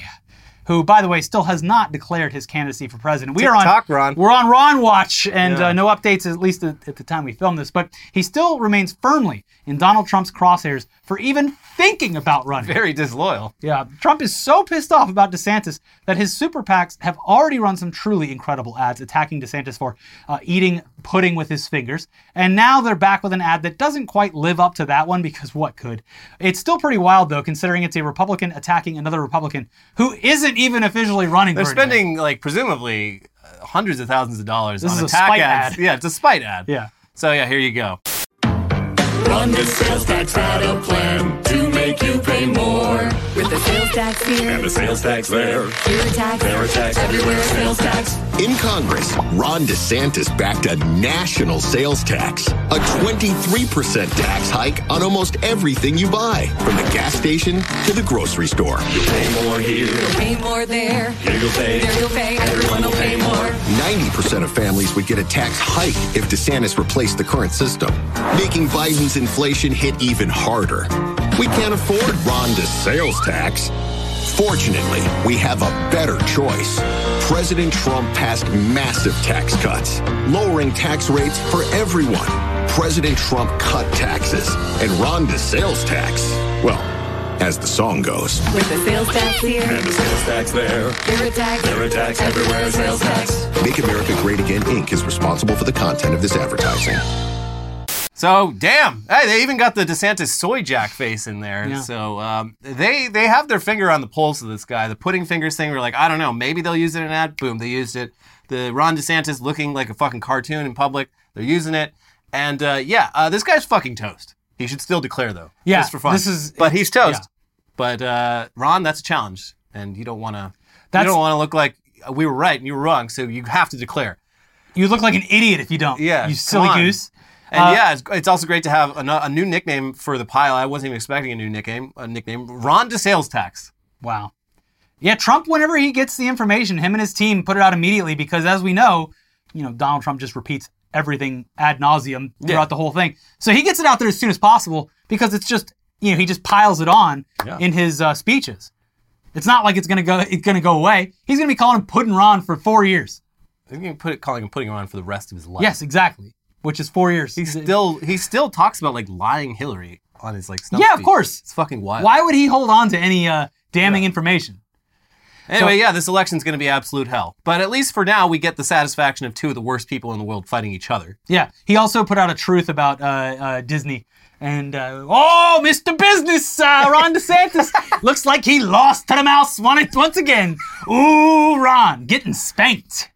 B: who by the way still has not declared his candidacy for president. We
A: TikTok
B: are on
A: Ron.
B: We're on Ron watch, and
A: Yeah.
B: uh, no updates at least at, at the time we filmed this. But he still remains firmly in Donald Trump's crosshairs for even thinking about running.
A: Very disloyal.
B: Yeah, Trump is so pissed off about DeSantis that his super PACs have already run some truly incredible ads attacking DeSantis for uh, eating pudding with his fingers. And now they're back with an ad that doesn't quite live up to that one because what could? It's still pretty wild though, considering it's a Republican attacking another Republican who isn't even officially running.
A: They're
B: for anything.
A: spending like presumably uh, hundreds of thousands of dollars
B: This
A: on
B: is a
A: attack
B: spite
A: ads.
B: ad.
A: Yeah, it's a spite ad.
B: Yeah.
A: So yeah, here you go.
C: Run the sales tax had a plan to make you pay more.
D: With the sales tax
C: And
D: here,
C: the sales tax there,
D: fear tax,
C: there tax everywhere, sales tax.
E: In Congress, Ron DeSantis backed a national sales tax, a 23% tax hike on almost everything you buy, from the gas station to the grocery store.
C: Pay more here,
D: pay more there.
C: here you'll
D: There
C: pay.
D: you'll pay, everyone will pay more.
E: 90% of families would get a tax hike if DeSantis replaced the current system, making Biden's inflation hit even harder. We can't afford Ron sales tax. Fortunately, we have a better choice. President Trump passed massive tax cuts, lowering tax rates for everyone. President Trump cut taxes, and Ron sales tax, well, as the song goes.
D: With the sales tax here,
C: And the sales tax there,
D: fear tax,
C: there tax everywhere, sales tax.
E: Make America Great Again, Inc. is responsible for the content of this advertising.
A: So damn. Hey, they even got the DeSantis soy jack face in there.
B: Yeah.
A: So um, they they have their finger on the pulse of this guy. The pudding fingers thing. We're like, I don't know. Maybe they'll use it in an ad. Boom, they used it. The Ron DeSantis looking like a fucking cartoon in public. They're using it. And uh, yeah, uh, this guy's fucking toast. He should still declare though.
B: Yeah,
A: just for fun.
B: this is-
A: but he's toast.
B: yeah.
A: But uh, Ron, that's a challenge, and you don't want to. You
B: That's-
A: don't want to look like uh, we were right and you were wrong. So you have to declare.
B: You look like an idiot if you don't.
A: Yeah,
B: you
A: come
B: silly
A: on.
B: goose.
A: And
B: Uh,
A: yeah, it's, it's also great to have a, no- a new nickname for the pile. I wasn't even expecting a new nickname. A nickname, Ron to sales tax.
B: Wow. Yeah, Trump, whenever he gets the information, him and his team put it out immediately because, as we know, you know, Donald Trump just repeats everything ad nauseum throughout the whole thing. So he gets it out there as soon as possible because it's just, you know, he just piles it on in his uh, speeches. It's not like it's gonna go. It's gonna go away. He's gonna be calling him Puddin' Ron for four years.
A: You can put it, calling him putting him on for the rest of his life.
B: Yes, exactly. Which is four years.
A: he still he still talks about like lying Hillary on his like snuff
B: Yeah, of
A: speech.
B: course.
A: It's fucking wild.
B: Why would he hold on to any uh, damning information?
A: Anyway, yeah, this election's going to be absolute hell. But at least for now, we get the satisfaction of two of the worst people in the world fighting each other.
B: Yeah, he also put out a truth about uh, uh, Disney. And uh, oh, Mr. Business, uh, Ron DeSantis looks like he lost to the mouse one- once again. Ooh, Ron, getting spanked.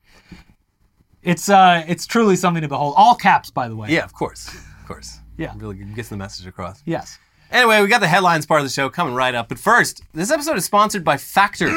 B: It's uh, it's truly something to behold. All caps, by the way.
A: Yeah, of course, of course.
B: Yeah.
A: really gets the message across.
B: Yes.
A: Anyway, we got the headlines part of the show coming right up. But first, this episode is sponsored by Factor.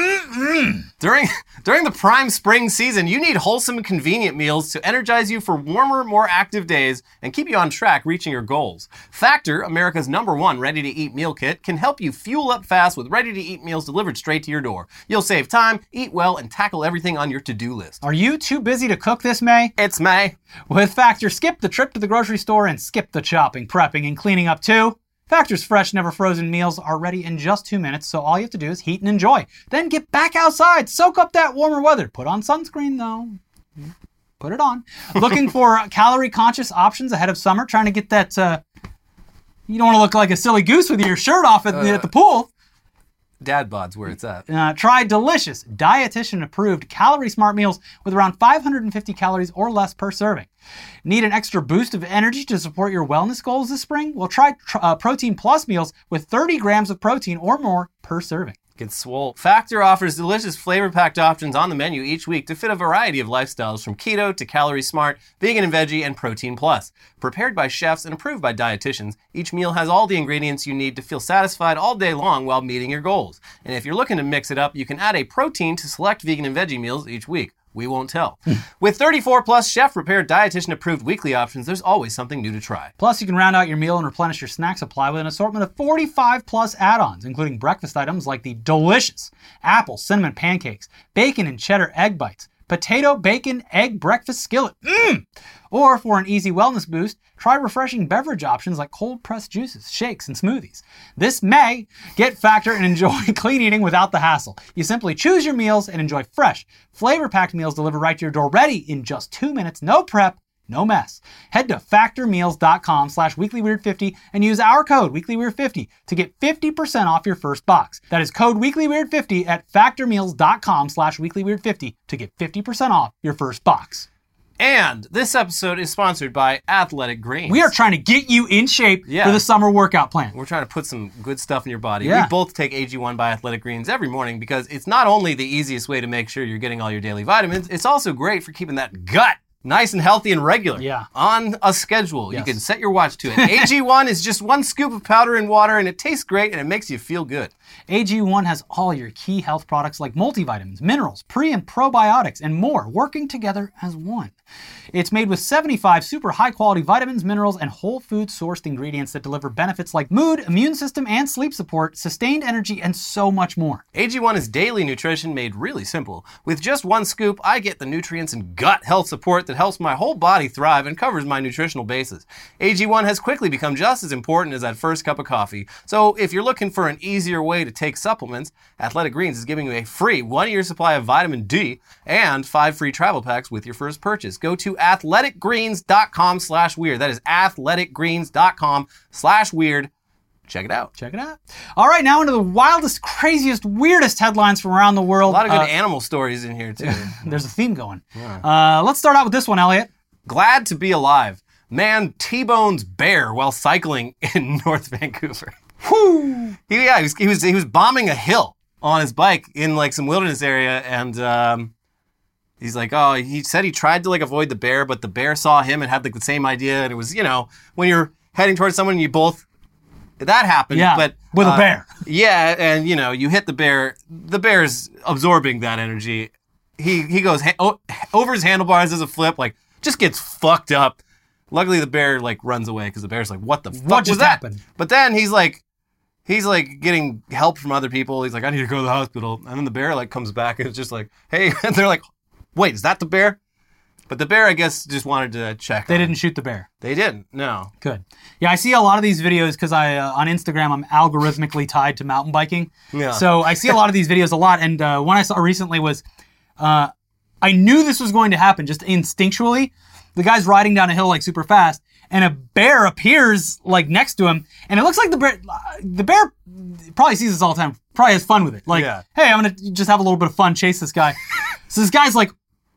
A: during during the prime spring season, you need wholesome and convenient meals to energize you for warmer, more active days and keep you on track reaching your goals. Factor, America's number one ready-to-eat meal kit, can help you fuel up fast with ready-to-eat meals delivered straight to your door. You'll save time, eat well, and tackle everything on your to-do list.
B: Are you too busy to cook this May?
A: It's May.
B: With Factor, skip the trip to the grocery store and skip the chopping, prepping, and cleaning up too. Factor's fresh, never frozen meals are ready in just two minutes, so all you have to do is heat and enjoy. Then get back outside, soak up that warmer weather. Put on sunscreen though. Put it on. Looking for calorie conscious options ahead of summer, trying to get that. Uh, you don't want to look like a silly goose with your shirt off at, the at the pool.
A: Dad bod's where it's at.
B: Uh, try delicious, dietitian approved, calorie smart meals with around 550 calories or less per serving. Need an extra boost of energy to support your wellness goals this spring? Well, try tr- uh, Protein Plus meals with 30 grams of protein or more per serving.
A: Get swole. Factor offers delicious flavor packed options on the menu each week to fit a variety of lifestyles from keto to calorie smart, vegan and veggie, and protein plus. Prepared by chefs and approved by dietitians, each meal has all the ingredients you need to feel satisfied all day long while meeting your goals. And if you're looking to mix it up, you can add a protein to select vegan and veggie meals each week. We won't tell.
B: Hmm.
A: With 34 plus chef prepared dietitian approved weekly options, there's always something new to try.
B: Plus, you can round out your meal and replenish your snack supply with an assortment of 45 plus add ons, including breakfast items like the delicious apple cinnamon pancakes, bacon and cheddar egg bites, potato bacon egg breakfast skillet. Mmm! Or for an easy wellness boost, try refreshing beverage options like cold pressed juices, shakes, and smoothies. This May, get Factor and enjoy <laughs> clean eating without the hassle. You simply choose your meals and enjoy fresh, flavor packed meals delivered right to your door, ready in just two minutes, no prep. No mess. Head to factormeals.com slash weeklyweird50 and use our code weeklyweird50 to get 50% off your first box. That is code weeklyweird50 at factormeals.com slash weeklyweird50 to get 50% off your first box.
A: And this episode is sponsored by Athletic Greens.
B: We are trying to get you in shape
A: Yeah.
B: for the summer workout plan.
A: We're trying to put some good stuff in your body.
B: Yeah.
A: We both take AG1 by Athletic Greens every morning because it's not only the easiest way to make sure you're getting all your daily vitamins, it's also great for keeping that gut nice and healthy and regular.
B: Yeah.
A: On a schedule.
B: Yes.
A: You can set your watch
B: <laughs>
A: to it. AG1 is just one scoop of powder in water and it tastes great and it makes you feel good.
B: AG1 has all your key health products like multivitamins, minerals, pre and probiotics, and more working together as one. It's made with 75 super high quality vitamins, minerals, and whole food sourced ingredients that deliver benefits like mood, immune system, and sleep support, sustained energy, and so much more.
A: AG1 is daily nutrition made really simple. With just one scoop, I get the nutrients and gut health support that helps my whole body thrive and covers my nutritional bases. AG1 has quickly become just as important as that first cup of coffee. So if you're looking for an easier way to take supplements, Athletic Greens is giving you a free one year supply of vitamin D and five free travel packs with your first purchase. Go to athleticgreens.com slash weird. That is athleticgreens.com slash weird. Check it out.
B: Check it out. All right, now into the wildest, craziest, weirdest headlines from around the world.
A: A lot of good
B: Uh,
A: animal stories in here, too.
B: there's a theme going. Uh, let's start out with this one, Elliot.
A: Glad to be alive. Man T-bones bear while cycling <laughs> in North Vancouver. He, yeah, he was, he was he was bombing a hill on his bike in like some wilderness area, and um, he's like, oh, he said he tried to like avoid the bear, but the bear saw him and had like the same idea, and it was you know when you're heading towards someone, you both that happened,
B: Yeah,
A: but
B: with a
A: uh,
B: bear.
A: <laughs> yeah, and you know, you hit the bear. The bear's absorbing that energy. He he goes ha- o- over his handlebars does a flip, like just gets fucked up. Luckily, the bear like runs away because the bear's like, "What the fuck
B: What
A: was
B: just
A: that?"
B: happened?
A: But then he's like, he's like getting help from other people. He's like, I need to go to the hospital. And then the bear like comes back and it's just like, hey, <laughs> and they're like, wait, is that the bear? But the bear, I guess, just wanted to check.
B: They
A: on him.
B: didn't shoot the bear.
A: They didn't. No.
B: Good. Yeah, I see a lot of these videos because I uh, on Instagram I'm algorithmically tied to mountain biking.
A: Yeah.
B: So I see a lot of these videos a lot, and uh, one I saw recently was, uh, I knew this was going to happen just instinctually. The guy's riding down a hill like super fast, and a bear appears like next to him, and it looks like the bear. uh, The bear probably sees this all the time. Probably has fun with it. Like,
A: Yeah.
B: hey, I'm gonna just have a little bit of fun, chase
A: <laughs>
B: this guy. so this guy's like,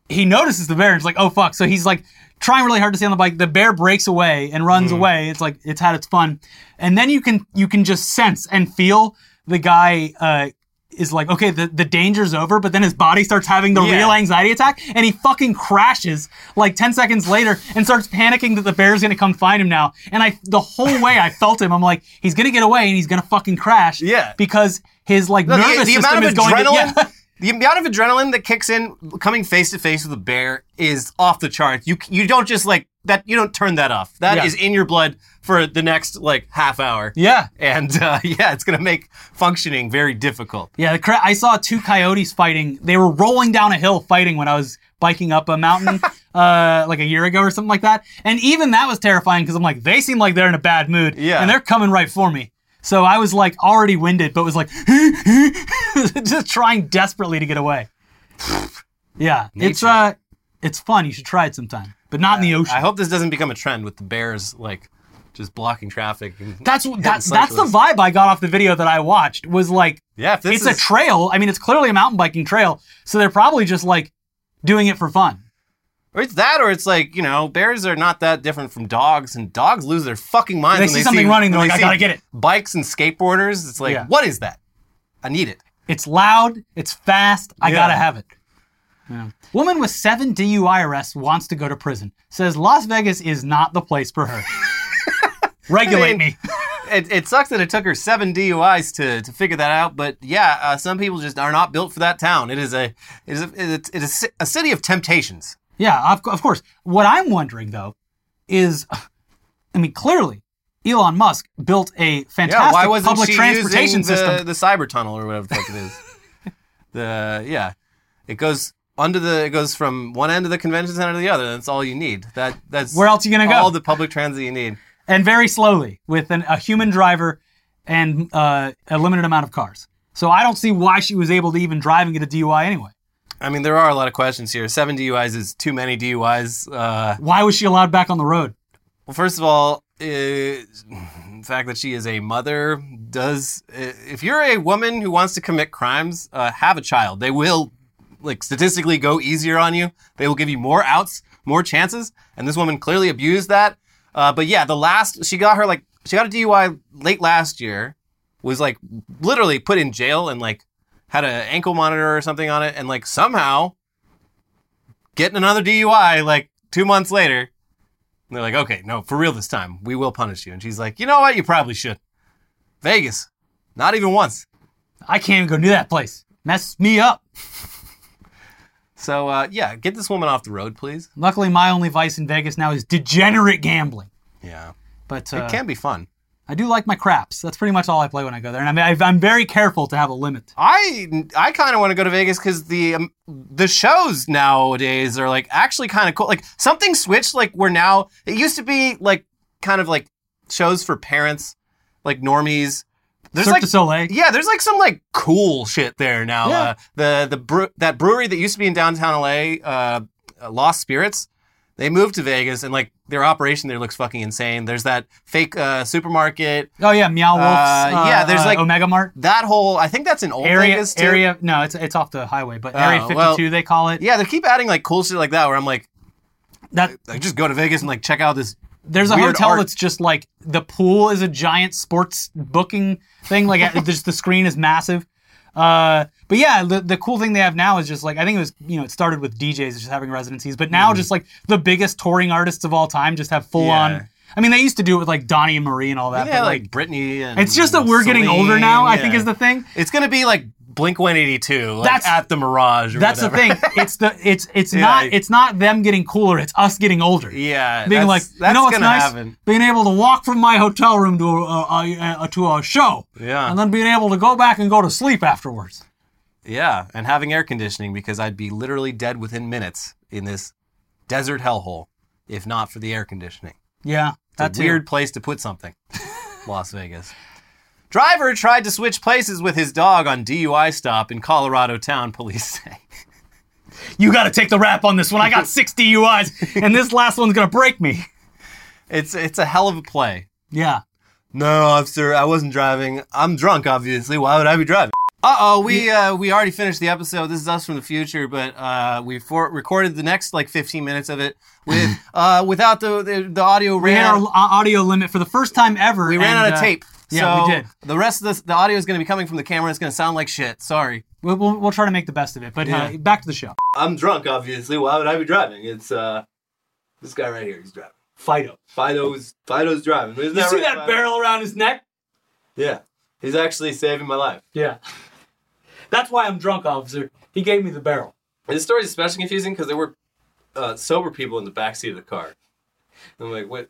B: he notices the bear and he's like, oh fuck. So he's like trying really hard to stay on the bike. The bear breaks away and runs
A: Mm-hmm.
B: away. It's like it's had its fun. And then you can you can just sense and feel the guy uh is like, okay, the, the danger's over, but then his body starts having the
A: Yeah.
B: real anxiety attack and he fucking crashes like 10 seconds later and starts panicking that the bear's gonna come find him now. And I the whole way I felt him, I'm like, he's gonna get away and he's gonna fucking crash.
A: Yeah.
B: Because his like
A: No, the,
B: nervous
A: the
B: system
A: amount of
B: is going to-
A: adrenaline.
B: yeah.
A: <laughs> The amount of adrenaline that kicks in coming face to face with a bear is off the charts. You you don't just like that. You don't turn that off. That is
B: Yeah.
A: in your blood for the next like half hour.
B: <laughs> yeah.
A: And uh, <laughs> yeah, it's gonna make functioning very difficult.
B: Yeah, the cra- I saw two coyotes fighting. They were rolling down a hill fighting when I was biking up a
A: <laughs>
B: mountain uh, like a year ago or something like that. And even that was terrifying because I'm like, they seem like they're in a bad mood.
A: Yeah.
B: And they're coming right for me. So I was like already winded, but was like, <laughs> just trying desperately to get away. <sighs> yeah, it's
A: Nature.
B: uh, it's fun. You should try it sometime, but not in the ocean.
A: I hope this doesn't become a trend with the bears like just blocking traffic. And
B: that's what- that's
A: hitting
B: that's the
A: cyclists.
B: vibe I got off the video that I watched was like
A: Yeah, if this
B: it's
A: is,
B: a trail. I mean, it's clearly a mountain biking trail, so they're probably just like doing it for fun.
A: or it's that, or it's like you know, bears are not that different from dogs, and dogs lose their fucking minds.
B: They
A: when
B: see something running, they're
A: when
B: like,
A: they
B: "I gotta
A: see
B: get it."
A: Bikes and skateboarders. It's like,
B: Yeah.
A: what is that? I need it.
B: It's loud, it's fast. I
A: Yeah.
B: gotta have it. Yeah. Woman with seven DUI arrests wants to go to prison. Says Las Vegas is not the place for
A: <laughs>
B: her. Regulate
A: I mean-
B: me.
A: it, it sucks that it took her seven DUIs to, to figure that out, but yeah, uh, some people just are not built for that town. It is a it is a, it is a, ci- a city of temptations.
B: Yeah, of, of course. What I'm wondering though is, I mean, clearly Elon Musk built a
A: Yeah,
B: fantastic
A: why wasn't
B: public
A: she
B: transportation
A: using the,
B: system.
A: the cyber tunnel or whatever the fuck it is?
B: <laughs>
A: the yeah, it goes under the it goes from one end of the convention center to the other. That's all you need. That that's
B: Where else you gonna go?
A: All the public transit you need.
B: and very slowly with an, a human driver and uh, a limited amount of cars. So I don't see why she was able to even drive and get a DUI anyway.
A: I mean, there are a lot of questions here. Seven DUIs is too many DUIs. Uh,
B: Why was she allowed back on the road?
A: Well, first of all, uh, the fact that she is a mother does. Uh, if you're a woman who wants to commit crimes, uh, have a child. They will, like, statistically go easier on you. They will give you more outs, more chances. And this woman clearly abused that. Uh, but yeah, the last she got her like she got a DUI late last year, was like literally put in jail and like had an ankle monitor or something on it, and like somehow getting another DUI like two months later. And they're like, okay, no, for real this time. We will punish you. And she's like, you know what? You probably should. Vegas. Not even once.
B: I can't even go near that place. Mess me up.
A: So, uh, yeah, get this woman off the road, please.
B: Luckily, my only vice in Vegas now is degenerate gambling.
A: Yeah.
B: But
A: It
B: uh,
A: can be fun.
B: I do like my craps. That's pretty much all I play when I go there, and I'm, I'm very careful to have a limit.
A: I I kind of want to go to Vegas because the um, the shows nowadays are like actually kind of cool. Like something switched. Like we're now. It used to be like kind of like shows for parents, like normies. There's
B: Cirque
A: like
B: du Soleil.
A: yeah, there's like some like cool shit there now.
B: Yeah.
A: Uh, the the bre- that brewery that used to be in downtown LA, uh, uh, Lost Spirits, they moved to Vegas and like their operation there looks fucking insane. There's that fake uh, supermarket.
B: Oh yeah, Meow Wolf's.
A: Uh, yeah, there's like-
B: Omega Mart
A: That whole I think that's in old
B: area.
A: Vegas too.
B: Area. No, it's it's off the highway, but Area
A: Oh,
B: 52
A: well-
B: they call it.
A: Yeah, they keep adding like cool shit like that where I'm like,
B: That
A: I just go to Vegas and like check out this.
B: There's a
A: weird
B: hotel
A: art.
B: that's just like the pool is a giant sports booking thing. Like it- <laughs> just the screen is massive. Uh, but yeah, the, the cool thing they have now is just like I think it was you know it started with DJs just having residencies, but
A: Hmm.
B: now just like the biggest touring artists of all time just have full
A: Yeah.
B: on. I mean, they used to do it with like Donnie and Marie and all that.
A: Yeah,
B: but,
A: like Britney and
B: it's just that we're getting
A: Celine,
B: older now. I
A: yeah.
B: think is the thing.
A: It's gonna be like
F: Blink 182 like,
B: That's-
F: at the Mirage. Or
B: That's
F: whatever.
B: the thing. It's the it's
A: <laughs>
B: it's
F: Yeah.
B: not it's not them getting cooler. It's us getting older.
F: Yeah,
B: being
F: that's-
B: like,
F: that's
B: you know what's
F: gonna
B: nice?
F: happen.
B: Being able to walk from my hotel room to a, a, a, a to a show.
F: Yeah.
B: and then being able to go back and go to sleep afterwards.
F: Yeah, and having air conditioning because I'd be literally dead within minutes in this desert hellhole if not for the air conditioning.
B: Yeah,
F: It's
B: that's
F: a weird place to put something. <laughs> Las Vegas. Driver tried to switch places with his dog on DUI stop in Colorado town, police say.
B: You got to take the rap on this one. I <laughs> got six DUIs, and this last one's gonna break me.
F: It's it's a hell of a play.
B: Yeah.
F: No, officer, I wasn't driving. I'm drunk, obviously. Why would I be driving? Uh oh, we uh, we already finished the episode. This is us from the future, but uh, we for- recorded the next like 15 minutes of it
B: <laughs>
F: with uh, without the the, the audio
B: We had
F: ran
B: our uh, audio limit for the first time ever.
F: We ran
B: and,
F: out of
B: uh,
F: tape.
B: yeah,
F: so
B: we did.
F: The rest of this, the audio is going to be coming from the camera. It's going to sound like shit. Sorry.
B: We'll, we'll, we'll try to make the best of it. But
F: Yeah.
B: uh, back to the show.
F: I'm drunk, obviously. Why would I be driving? It's uh, this guy right here. He's driving.
B: Fido.
F: Fido's Fido's driving. Isn't
B: You see that barrel around his neck?
F: Yeah. He's actually saving my life.
B: Yeah. That's why I'm drunk, officer. He gave me the barrel.
F: This story is especially confusing because there were uh, sober people in the backseat of the car. I'm like, what?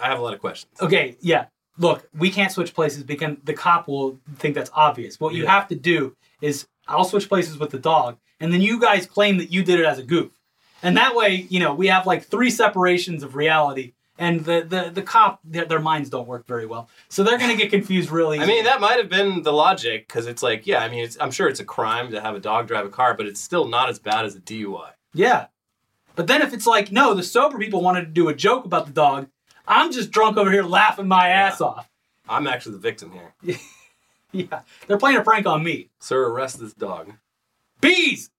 F: I have a lot of questions.
B: Okay, yeah. Look, we can't switch places because the cop will think that's obvious. What you
F: Yeah.
B: have to do is I'll switch places with the dog, and then you guys claim that you did it as a goof. And that way, you know, we have like three separations of reality. And the, the, the cop, their, their minds don't work very well. So they're going to
F: <laughs>
B: get confused really.
F: I mean, that might have been the logic because it's like, yeah, I mean, it's, I'm sure it's a crime to have a dog drive a car, but it's still not as bad as a DUI.
B: Yeah. But then if it's like, no, the sober people wanted to do a joke about the dog, I'm just drunk over here laughing my ass off. <laughs>
F: I'm actually the victim here.
B: Yeah. They're playing a prank on me.
F: Sir, arrest this dog.
B: Bees!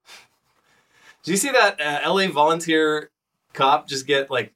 F: Do you see that uh, LA volunteer cop just get like?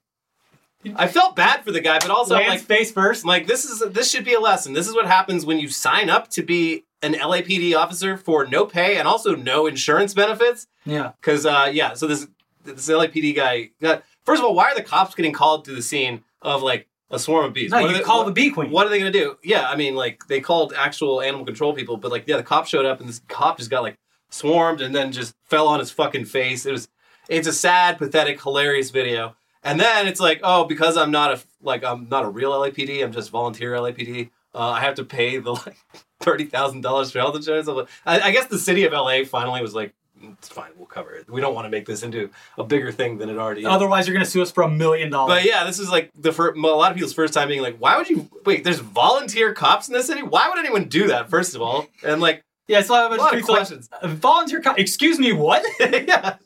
F: I felt bad for the guy, but also I'm
B: Lands
F: like,
B: face first.
F: I'm like this is this should be a lesson. This is what happens when you sign up to be an LAPD officer for no pay and also no insurance benefits.
B: Yeah.
F: Because uh, yeah, so this this LAPD guy. Got, first of all, why are the cops getting called to the scene of like a swarm of bees?
B: No,
F: What
B: you
F: are they-
B: call
F: what-
B: the bee queen.
F: What are they gonna do? Yeah, I mean, like they called actual animal control people, but like yeah, the cop showed up and this cop just got like swarmed and then just fell on his fucking face. It was it's a sad, pathetic, hilarious video. And then it's like, oh, because I'm not a like I'm not a real LAPD, I'm just volunteer LAPD. Uh, I have to pay the like thirty thousand dollars for health insurance. I'm like- I, I guess the city of LA finally was like, it's fine, we'll cover it. We don't want to make this into a bigger thing than it already is.
B: Otherwise, you're going to sue us for a million dollars.
F: But yeah, this is like the fir- a lot of people's first time being like, why would you wait? There's volunteer cops in this city. Why would anyone do that? First of all, and like,
B: Yeah, so I have a
F: A lot
B: bunch
F: of
B: of tweets like,
F: questions.
B: "A volunteer cop. Excuse me, what? <laughs>
F: yeah,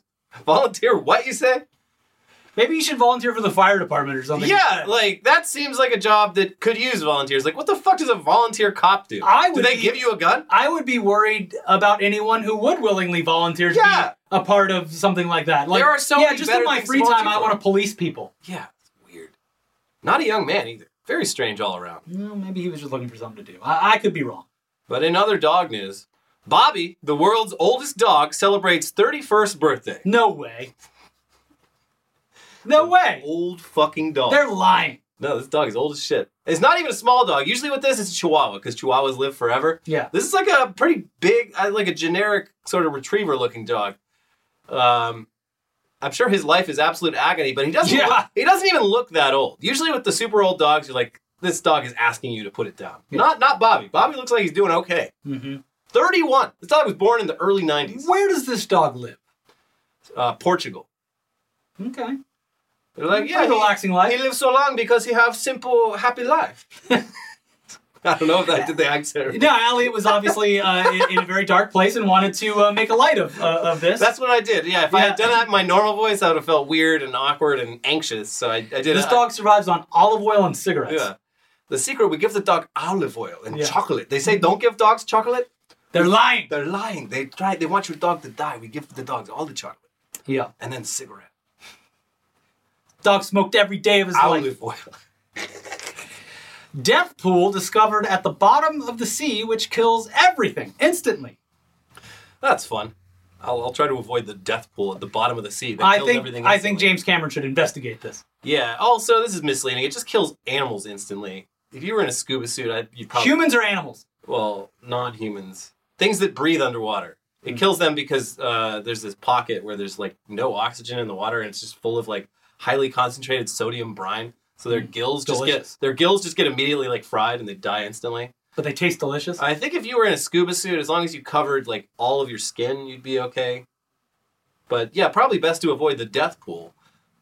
F: volunteer. What you say?
B: Maybe you should volunteer for the fire department or something.
F: Yeah, like that seems like a job that could use volunteers. Like, what the fuck does a volunteer cop do?
B: I
F: do
B: would
F: they
B: be-
F: give you a gun?
B: I would be worried about anyone who would willingly volunteer to
F: Yeah.
B: be a part of something like that. Like,
F: There are so
B: yeah,
F: many
B: just
F: better
B: in my
F: things to
B: free time,
F: volunteer
B: I
F: for.
B: want to police people.
F: Yeah, it's weird. Not a young man either. Very strange all around.
B: Well, maybe he was just looking for something to do. I, I could be wrong.
F: But in other dog news, Bobby, the world's oldest dog, celebrates 31st birthday.
B: No way. No way.
F: Old fucking dog.
B: They're lying.
F: No, this dog is old as shit. It's not even a small dog. Usually with this, it's a Chihuahua because Chihuahuas live forever.
B: Yeah.
F: This is like a pretty big, uh, like a generic sort of retriever-looking dog. Um, I'm sure his life is absolute agony, but he doesn't.
B: Yeah.
F: Look, he doesn't even look that old. Usually with the super old dogs, you're like, this dog is asking you to put it down. Not not Bobby. Bobby looks like he's doing okay.
B: Mm-hmm.
F: 31. This dog was born in the early 90s.
B: Where does this dog live?
F: Uh, Portugal.
B: Okay.
F: They're like, yeah,
B: Pretty relaxing
F: he,
B: life.
F: he lives so long because he have simple, happy life. <laughs> I don't know if that did the accent.
B: No, Elliot was obviously uh, in, in a very dark place and wanted to uh, make a light of uh, of this.
F: That's what I did. Yeah, if I had
B: Yeah.
F: done that in my normal voice, I would have felt weird and awkward and anxious. So I, I did.
B: this
F: I-
B: dog survives on olive oil and cigarettes.
F: yeah. The secret: we give the dog olive oil and
B: Yeah.
F: chocolate. They say don't give dogs chocolate.
B: They're lying.
F: They're lying. They try. They want your dog to die. We give the dogs all the chocolate
B: Yeah,
F: and then cigarette,
B: dog smoked every day of his life.
F: olive oil. <laughs>
B: Death pool discovered at the bottom of the sea, which kills everything instantly.
F: That's fun. I'll, I'll try to avoid the death pool at the bottom of the sea. That
B: I
F: kills
B: think
F: everything
B: I think
F: instantly.
B: James Cameron should investigate this.
F: Yeah. Also, this is misleading. It just kills animals instantly. If you were in a scuba suit, I, you'd probably
B: Humans are animals.
F: well non-humans. things that breathe underwater. It kills them because uh, there's this pocket where there's like no oxygen in the water, and it's just full of like highly concentrated sodium brine. So their gills just
B: Delicious.
F: get their gills just get immediately like fried, and they die instantly.
B: But they taste delicious.
F: I think if you were in a scuba suit, as long as you covered like all of your skin, you'd be okay. But yeah, probably best to avoid the death pool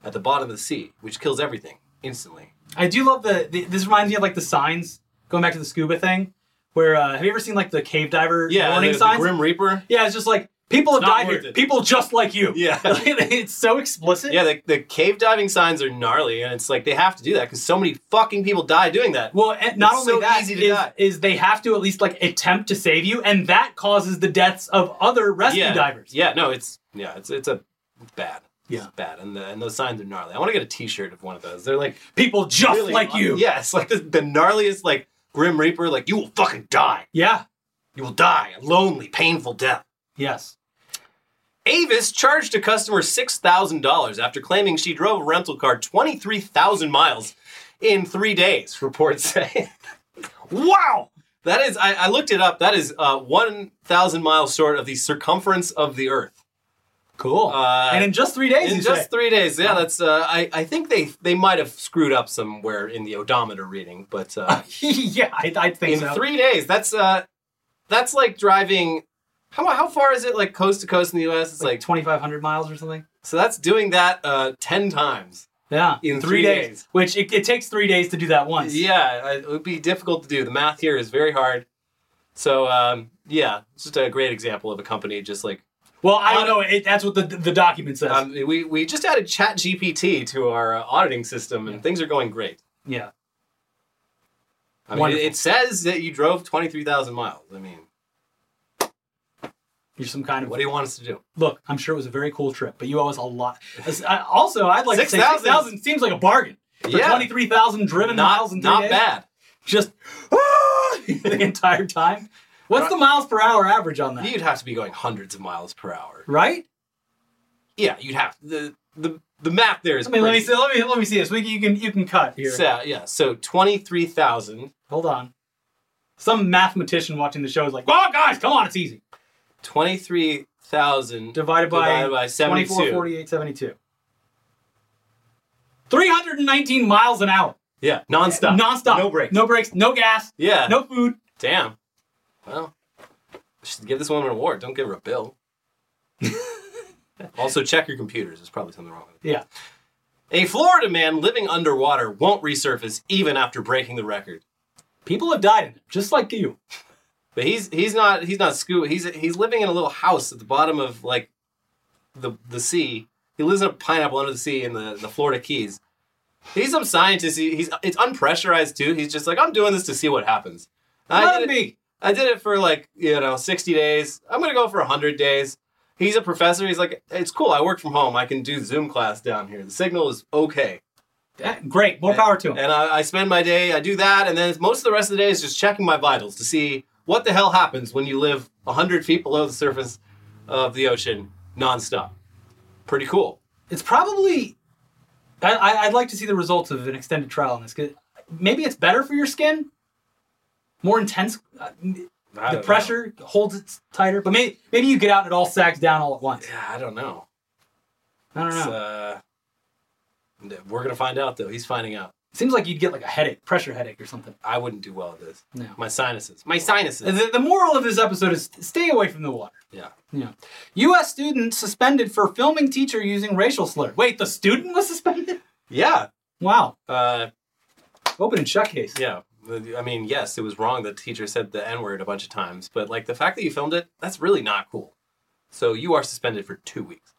F: at the bottom of the sea, which kills everything instantly.
B: I do love the, the. This reminds me of like the signs. Going back to the scuba thing, where uh, have you ever seen like the cave diver
F: Yeah,
B: warning
F: the, the
B: signs?
F: Grim Reaper.
B: yeah, it's just like people have
F: not
B: died
F: worth
B: here.
F: it.
B: People just like you.
F: Yeah.
B: <laughs> it's so explicit.
F: Yeah, the, the cave diving signs are gnarly, and it's like they have to do that because so many fucking people die doing that.
B: Well, and not
F: It's
B: only
F: so
B: that
F: easy to
B: is,
F: die.
B: is they have to at least like attempt to save you, and that causes the deaths of other rescue
F: yeah,
B: divers.
F: Yeah, no, it's yeah, it's it's a it's bad.
B: Yeah.
F: it's bad, and the, and those signs are gnarly. I want to get a T-shirt of one of those. They're like
B: People just
F: really
B: like
F: gnar-
B: you.
F: Yeah, it's like the, the gnarliest like Grim Reaper. Like you will fucking die.
B: Yeah.
F: You will die a lonely, painful death.
B: Yes.
F: Avis charged a customer $6,000 after claiming she drove a rental car 23,000 miles in three days, reports <laughs> say. wow! That is, I, I looked it up, that is uh, 1,000 miles short of the circumference of the Earth.
B: Cool.
F: Uh,
B: and in just three days,
F: In
B: you
F: just
B: say.
F: three days, yeah, that's, uh, I, I think they, they might have screwed up somewhere in the odometer reading, but
B: <laughs>
F: uh,
B: yeah, I, I think
F: in
B: so.
F: three days, that's, uh, that's like driving, how, how far is it like coast to coast in the US? It's
B: like
F: like
B: 2,500 miles or something.
F: So that's doing that uh, 10 times.
B: Yeah.
F: In three days.
B: Which it, it takes three days to do that once.
F: Yeah, I- it would be difficult to do. The math here is very hard. So, um, yeah, it's just a great example of a company just like.
B: Well, I don't
F: Uh,
B: know. It, that's what the, the document says.
F: Um, we, we just added ChatGPT to our uh, auditing system, and things are going great.
B: yeah.
F: I mean, it,
B: Wonderful.
F: it says that you drove 23,000 miles. I mean,
B: You're some kind of.
F: what do you want us to do?
B: Look, I'm sure it was a very cool trip, but you owe us a lot. As- I- Also, I'd like to say
F: 6,000.
B: 6,000 seems like a bargain. For
F: Yeah.
B: 23,000 driven miles
F: Not,
B: in three
F: not
B: days.
F: bad.
B: Just ah, <laughs> the entire time. What's the miles per hour average on that?
F: You'd have to be going hundreds of miles per hour.
B: Right?
F: Yeah, you'd have the the the math there is.
B: I mean, let me
F: crazy.
B: see. Let me let me see this. We can, you can you can cut here.
F: So, yeah, so twenty three thousand
B: Hold on. Some mathematician watching the show is like, "Oh, guys, come on, it's easy."
F: 23,000
B: Divided by,
F: divided by 72.
B: 24, 48, 72. 319 miles an hour.
F: Yeah, nonstop.
B: Nonstop.
F: No breaks.
B: No breaks. No gas.
F: Yeah.
B: No food.
F: Damn. Well, I should give this woman an award. Don't give her
B: <laughs>
F: a bill. also, check your computers. There's probably something wrong with it.
B: Yeah.
F: A Florida man living underwater won't resurface even after breaking the record.
B: People have died in it, just like you.
F: But he's he's not he's not scuba. He's he's living in a little house at the bottom of like the the sea. He lives in a pineapple under the sea in the, the Florida Keys. He's some scientist. He, he's it's unpressurized too. He's just like I'm doing this to see what happens. I
B: Let him
F: did it-
B: be.
F: I did it for like, you know, 60 days. I'm going to go for 100 days. He's a professor. He's like, it's cool. I work from home. I can do Zoom class down here. The signal is okay.
B: Eh, Great. More power to him.
F: And I, I spend my day, I do that. And then most of the rest of the day is just checking my vitals to see what the hell happens when you live 100 feet below the surface of the ocean nonstop. Pretty cool.
B: It's probably. I, I, I'd like to see the results of an extended trial on this. 'cause Maybe it's better for your skin. More intense. uh,
F: I
B: The
F: don't
B: pressure holds it tighter. But maybe maybe you get out and it all sags down all at once.
F: know. Yeah, I don't know.
B: I don't
F: It's,
B: know.
F: uh, we're going to find out, though. He's finding out.
B: Seems like you'd get like a headache, pressure headache or something.
F: I wouldn't do well at this.
B: No.
F: My sinuses. My sinuses.
B: The, the moral of this episode is stay away from the water.
F: yeah.
B: Yeah. U.S. student suspended for filming teacher using racial slur. Wait, the student was suspended? <laughs>
F: Yeah.
B: Wow.
F: Uh,
B: Open and shut case.
F: yeah. I mean, yes, it was wrong that the teacher said the N word a bunch of times, but like the fact that you filmed it, that's really not cool. So you are suspended for two weeks.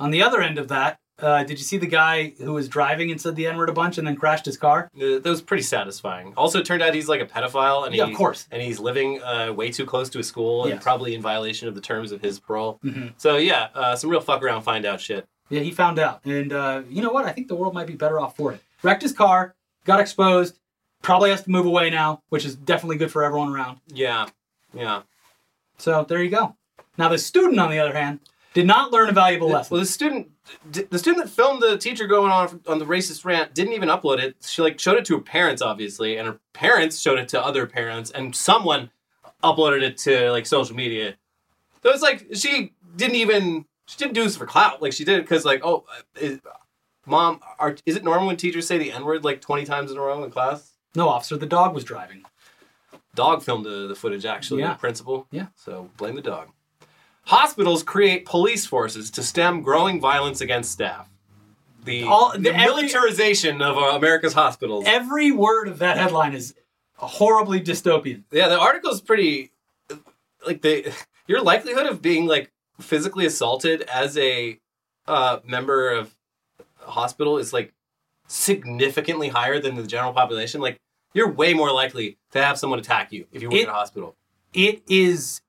B: On the other end of that, uh, did you see the guy who was driving and said the N word a bunch and then crashed his car?
F: Uh, That was pretty satisfying. Also, it turned out he's like a pedophile, and
B: Yeah, of
F: he-
B: course.
F: and he's living uh, way too close to a school, and
B: Yes. Mm-hmm.
F: probably in violation of the terms of his parole. So yeah, uh, some real fuck around, find out shit.
B: Yeah, he found out. And uh, you know what? I think the world might be better off for it. Wrecked his car, got exposed, probably has to move away now, which is definitely good for everyone around.
F: Yeah, yeah.
B: So there you go. Now, the student, on the other hand, did not learn a valuable lesson.
F: Well, the student, d- the student that filmed the teacher going on on the racist rant didn't even upload it. She like showed it to her parents, obviously, and her parents showed it to other parents, and someone uploaded it to like social media. So it's like she didn't even she didn't do this for clout. Like she did it because like oh, is, mom, are, is it normal when teachers say the n word like twenty times in a row in class?
B: No, officer, the dog was driving.
F: Dog filmed the, the footage actually.
B: Yeah.
F: The principal.
B: Yeah.
F: So blame the dog. Hospitals create police forces to stem growing violence against staff. The,
B: All-
F: the,
B: the- every-
F: militarization of uh, America's hospitals.
B: Every word of that headline is horribly dystopian.
F: Yeah, the article's pretty like the <laughs> your likelihood of being like physically assaulted as a uh, member of a hospital is like significantly higher than the general population. Like you're way more likely to have someone attack you if you work
B: It-
F: at a hospital.
B: It is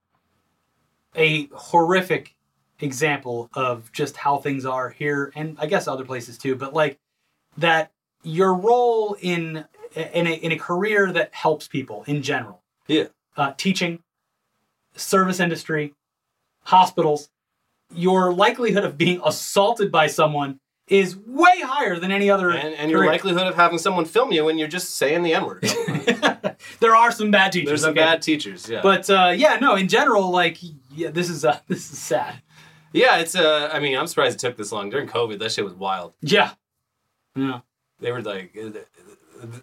B: a horrific example of just how things are here and I guess other places too, but like that your role in in a, in a career that helps people in general
F: Yeah.
B: uh, teaching, service industry, hospitals, your likelihood of being assaulted by someone is way higher than any other.
F: And, and your
B: career.
F: likelihood of having someone film you when you're just saying the
B: <laughs>
F: N word.
B: there are some bad teachers.
F: There's some
B: okay?
F: bad teachers, yeah.
B: But uh, yeah, no. In general, like yeah, this is uh, <laughs> this is sad.
F: yeah, it's uh I mean, I'm surprised it took this long. During COVID, that shit was wild.
B: Yeah. Yeah.
F: they were like the, the-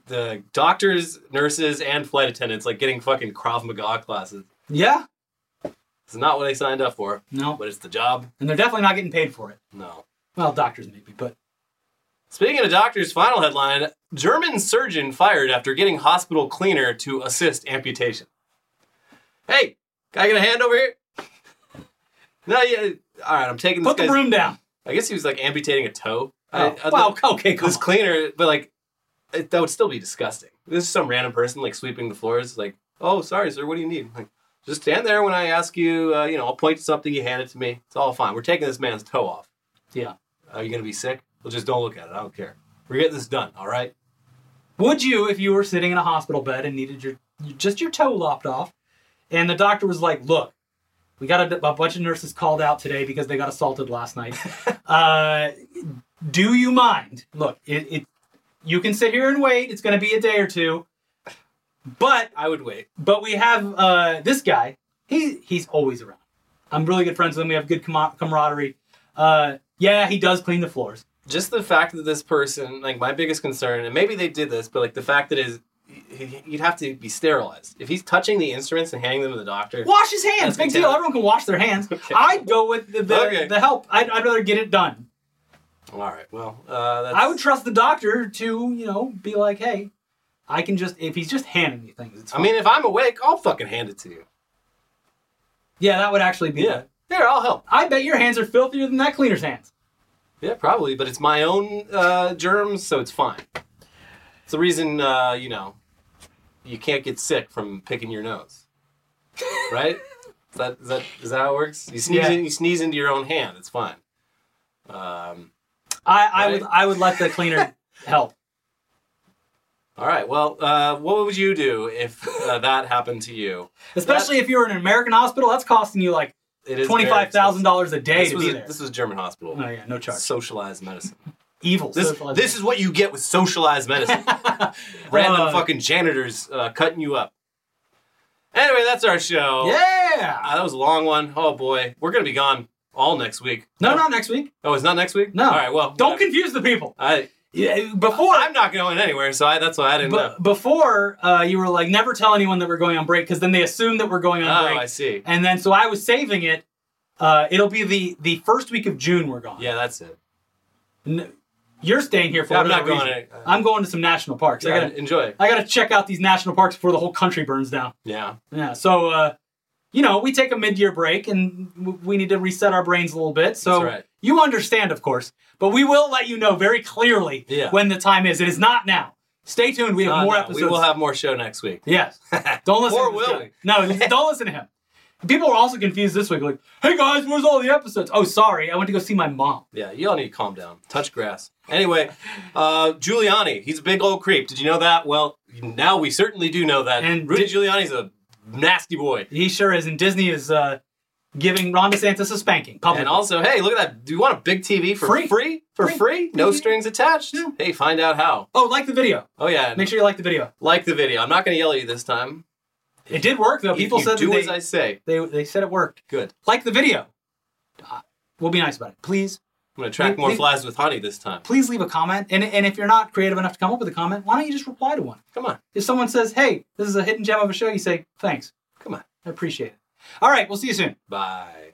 F: the doctors, nurses, and flight attendants like getting fucking Krav Maga classes.
B: Yeah.
F: It's not what I signed up for,
B: No.
F: but it's the job.
B: And they're definitely not getting paid for it.
F: No.
B: Well, doctors maybe, but
F: Speaking of doctors, final headline: German surgeon fired after getting hospital cleaner to assist amputation. Hey, can I get a hand over here? <laughs> No, yeah. All right, I'm taking this.
B: put the
F: guy's-
B: broom down.
F: I guess he was like amputating a toe. I-
B: Oh,
F: I thought-
B: wow. Okay. Come
F: this
B: on.
F: cleaner, but like it, that would still be disgusting. This is some random person like sweeping the floors, like, oh, sorry, sir, what do you need? Like, just stand there when I ask you. Uh, you know, I'll point to something. You hand it to me. It's all fine. We're taking this man's toe off.
B: Yeah.
F: Are you gonna be sick? Well, just don't look at it. I don't care. We're getting this done. All right.
B: Would you, if you were sitting in a hospital bed and needed your just your toe lopped off, and the doctor was like, "Look, we got a, a bunch of nurses called out today because they got assaulted last night. uh, do you mind? Look, it, it you can sit here and wait. It's going to be a day or two, but
F: I would wait.
B: but we have uh, this guy. He he's always around. I'm really good friends with him. We have good camar- camaraderie. Uh, yeah, he does clean the floors.
F: Just the fact that this person, like, my biggest concern, and maybe they did this, but like the fact that is, he- he- you'd have to be sterilized if he's touching the instruments and handing them to the doctor.
B: Wash his hands.
F: That's
B: Big deal.
F: contaminant.
B: Everyone can wash their hands. I'd go with the, the,
F: Okay.
B: the help. I'd, I'd rather get it done.
F: All right. Well, uh, that's,
B: I would trust the doctor to, you know, be like, hey, I can just, if he's just handing me things, it's
F: I
B: fine.
F: mean, if I'm awake, I'll fucking hand it to you.
B: yeah, that would actually be
F: Yeah.
B: it.
F: Here, I'll help.
B: I bet your hands are filthier than that cleaner's hands.
F: Yeah, probably, but it's my own uh, germs, so it's fine. It's the reason, uh, you know, you can't get sick from picking your nose. Right? is, that, is, that, is that how it works? You sneeze,
B: Yeah.
F: in, you sneeze into your own hand, it's fine. Um,
B: I, I would,
F: Right.
B: I would let the
F: <laughs>
B: cleaner help.
F: all right, well, uh, what would you do if uh, that happened to you?
B: Especially if you're in an American hospital, that's costing you like
F: It is very
B: twenty-five thousand dollars a day to
F: expensive. This
B: be
F: was, a,
B: there.
F: this was a German hospital.
B: oh yeah, no charge.
F: Socialized medicine.
B: Evil.
F: This,
B: socialized-
F: this is what you get with
B: <laughs>
F: socialized medicine. Random
B: Uh,
F: fucking janitors uh, cutting you up. Anyway, that's our show.
B: yeah.
F: Ah, that was a long one. Oh boy, we're gonna be gone all next week.
B: No, not next week.
F: Oh, it's not next week.
B: No.
F: All right. Well,
B: Don't
F: whatever.
B: confuse the people.
F: I
B: Yeah, Before
F: I'm not going anywhere, so I, that's why I didn't know.
B: But before uh, you were like, never tell anyone that we're going on break because then they assume that we're going on
F: Oh,
B: break.
F: I see.
B: And then so I was saving it. Uh, it'll be the the first week of June we're gone.
F: Yeah, that's it.
B: N- you're staying here for.
F: Yeah, I'm
B: whatever
F: not going
B: reason.
F: any-
B: I'm going to some national parks. I
F: Yeah,
B: gotta
F: enjoy.
B: I gotta check out these national parks before the whole country burns down.
F: Yeah.
B: Yeah. So uh, you know we take a mid year break and w- we need to reset our brains a little bit. So
F: That's right.
B: you understand, of course, but we will let you know very clearly
F: Yeah.
B: when the time is. It is not now. Stay tuned. We have
F: Uh,
B: more
F: no,
B: episodes.
F: We will have more show next week. <laughs>
B: Yes. Don't listen.
F: Or
B: to this
F: will
B: guy.
F: we? <laughs>
B: No, don't listen to him. People were also confused this week. Like, hey guys, where's all the episodes? Oh, sorry, I went to go see my mom.
F: Yeah, y'all need to calm down. Touch grass. Anyway, uh, Giuliani, he's a big old creep. Did you know that? Well, now we certainly do know that.
B: And
F: Rudy
B: did-
F: Giuliani's a nasty boy.
B: He sure is, and Disney is uh, giving Ron DeSantis a spanking. Public.
F: And also, hey, look at that. Do you want a big TV for
B: Free.
F: free? For
B: Free. Mm-hmm.
F: free? No strings attached? Hey, find out how.
B: oh, like the video.
F: Oh, yeah. and
B: Make sure you like the video.
F: Like the video. I'm not going to yell at you this time.
B: It did work though.
F: If
B: People
F: you
B: said
F: do
B: that
F: as
B: they,
F: I say.
B: they they said it worked.
F: Good.
B: Like the video. Uh, we'll be nice about it. Please,
F: I'm gonna track
B: Leave-
F: more
B: leave-
F: flies with honey this time.
B: please leave a comment. And and if you're not creative enough to come up with a comment, why don't you just reply to one?
F: Come on,
B: If someone says, "Hey, this is a hidden gem of a show," you say, "Thanks,
F: come on.
B: I appreciate it." All right, we'll see you soon.
F: Bye.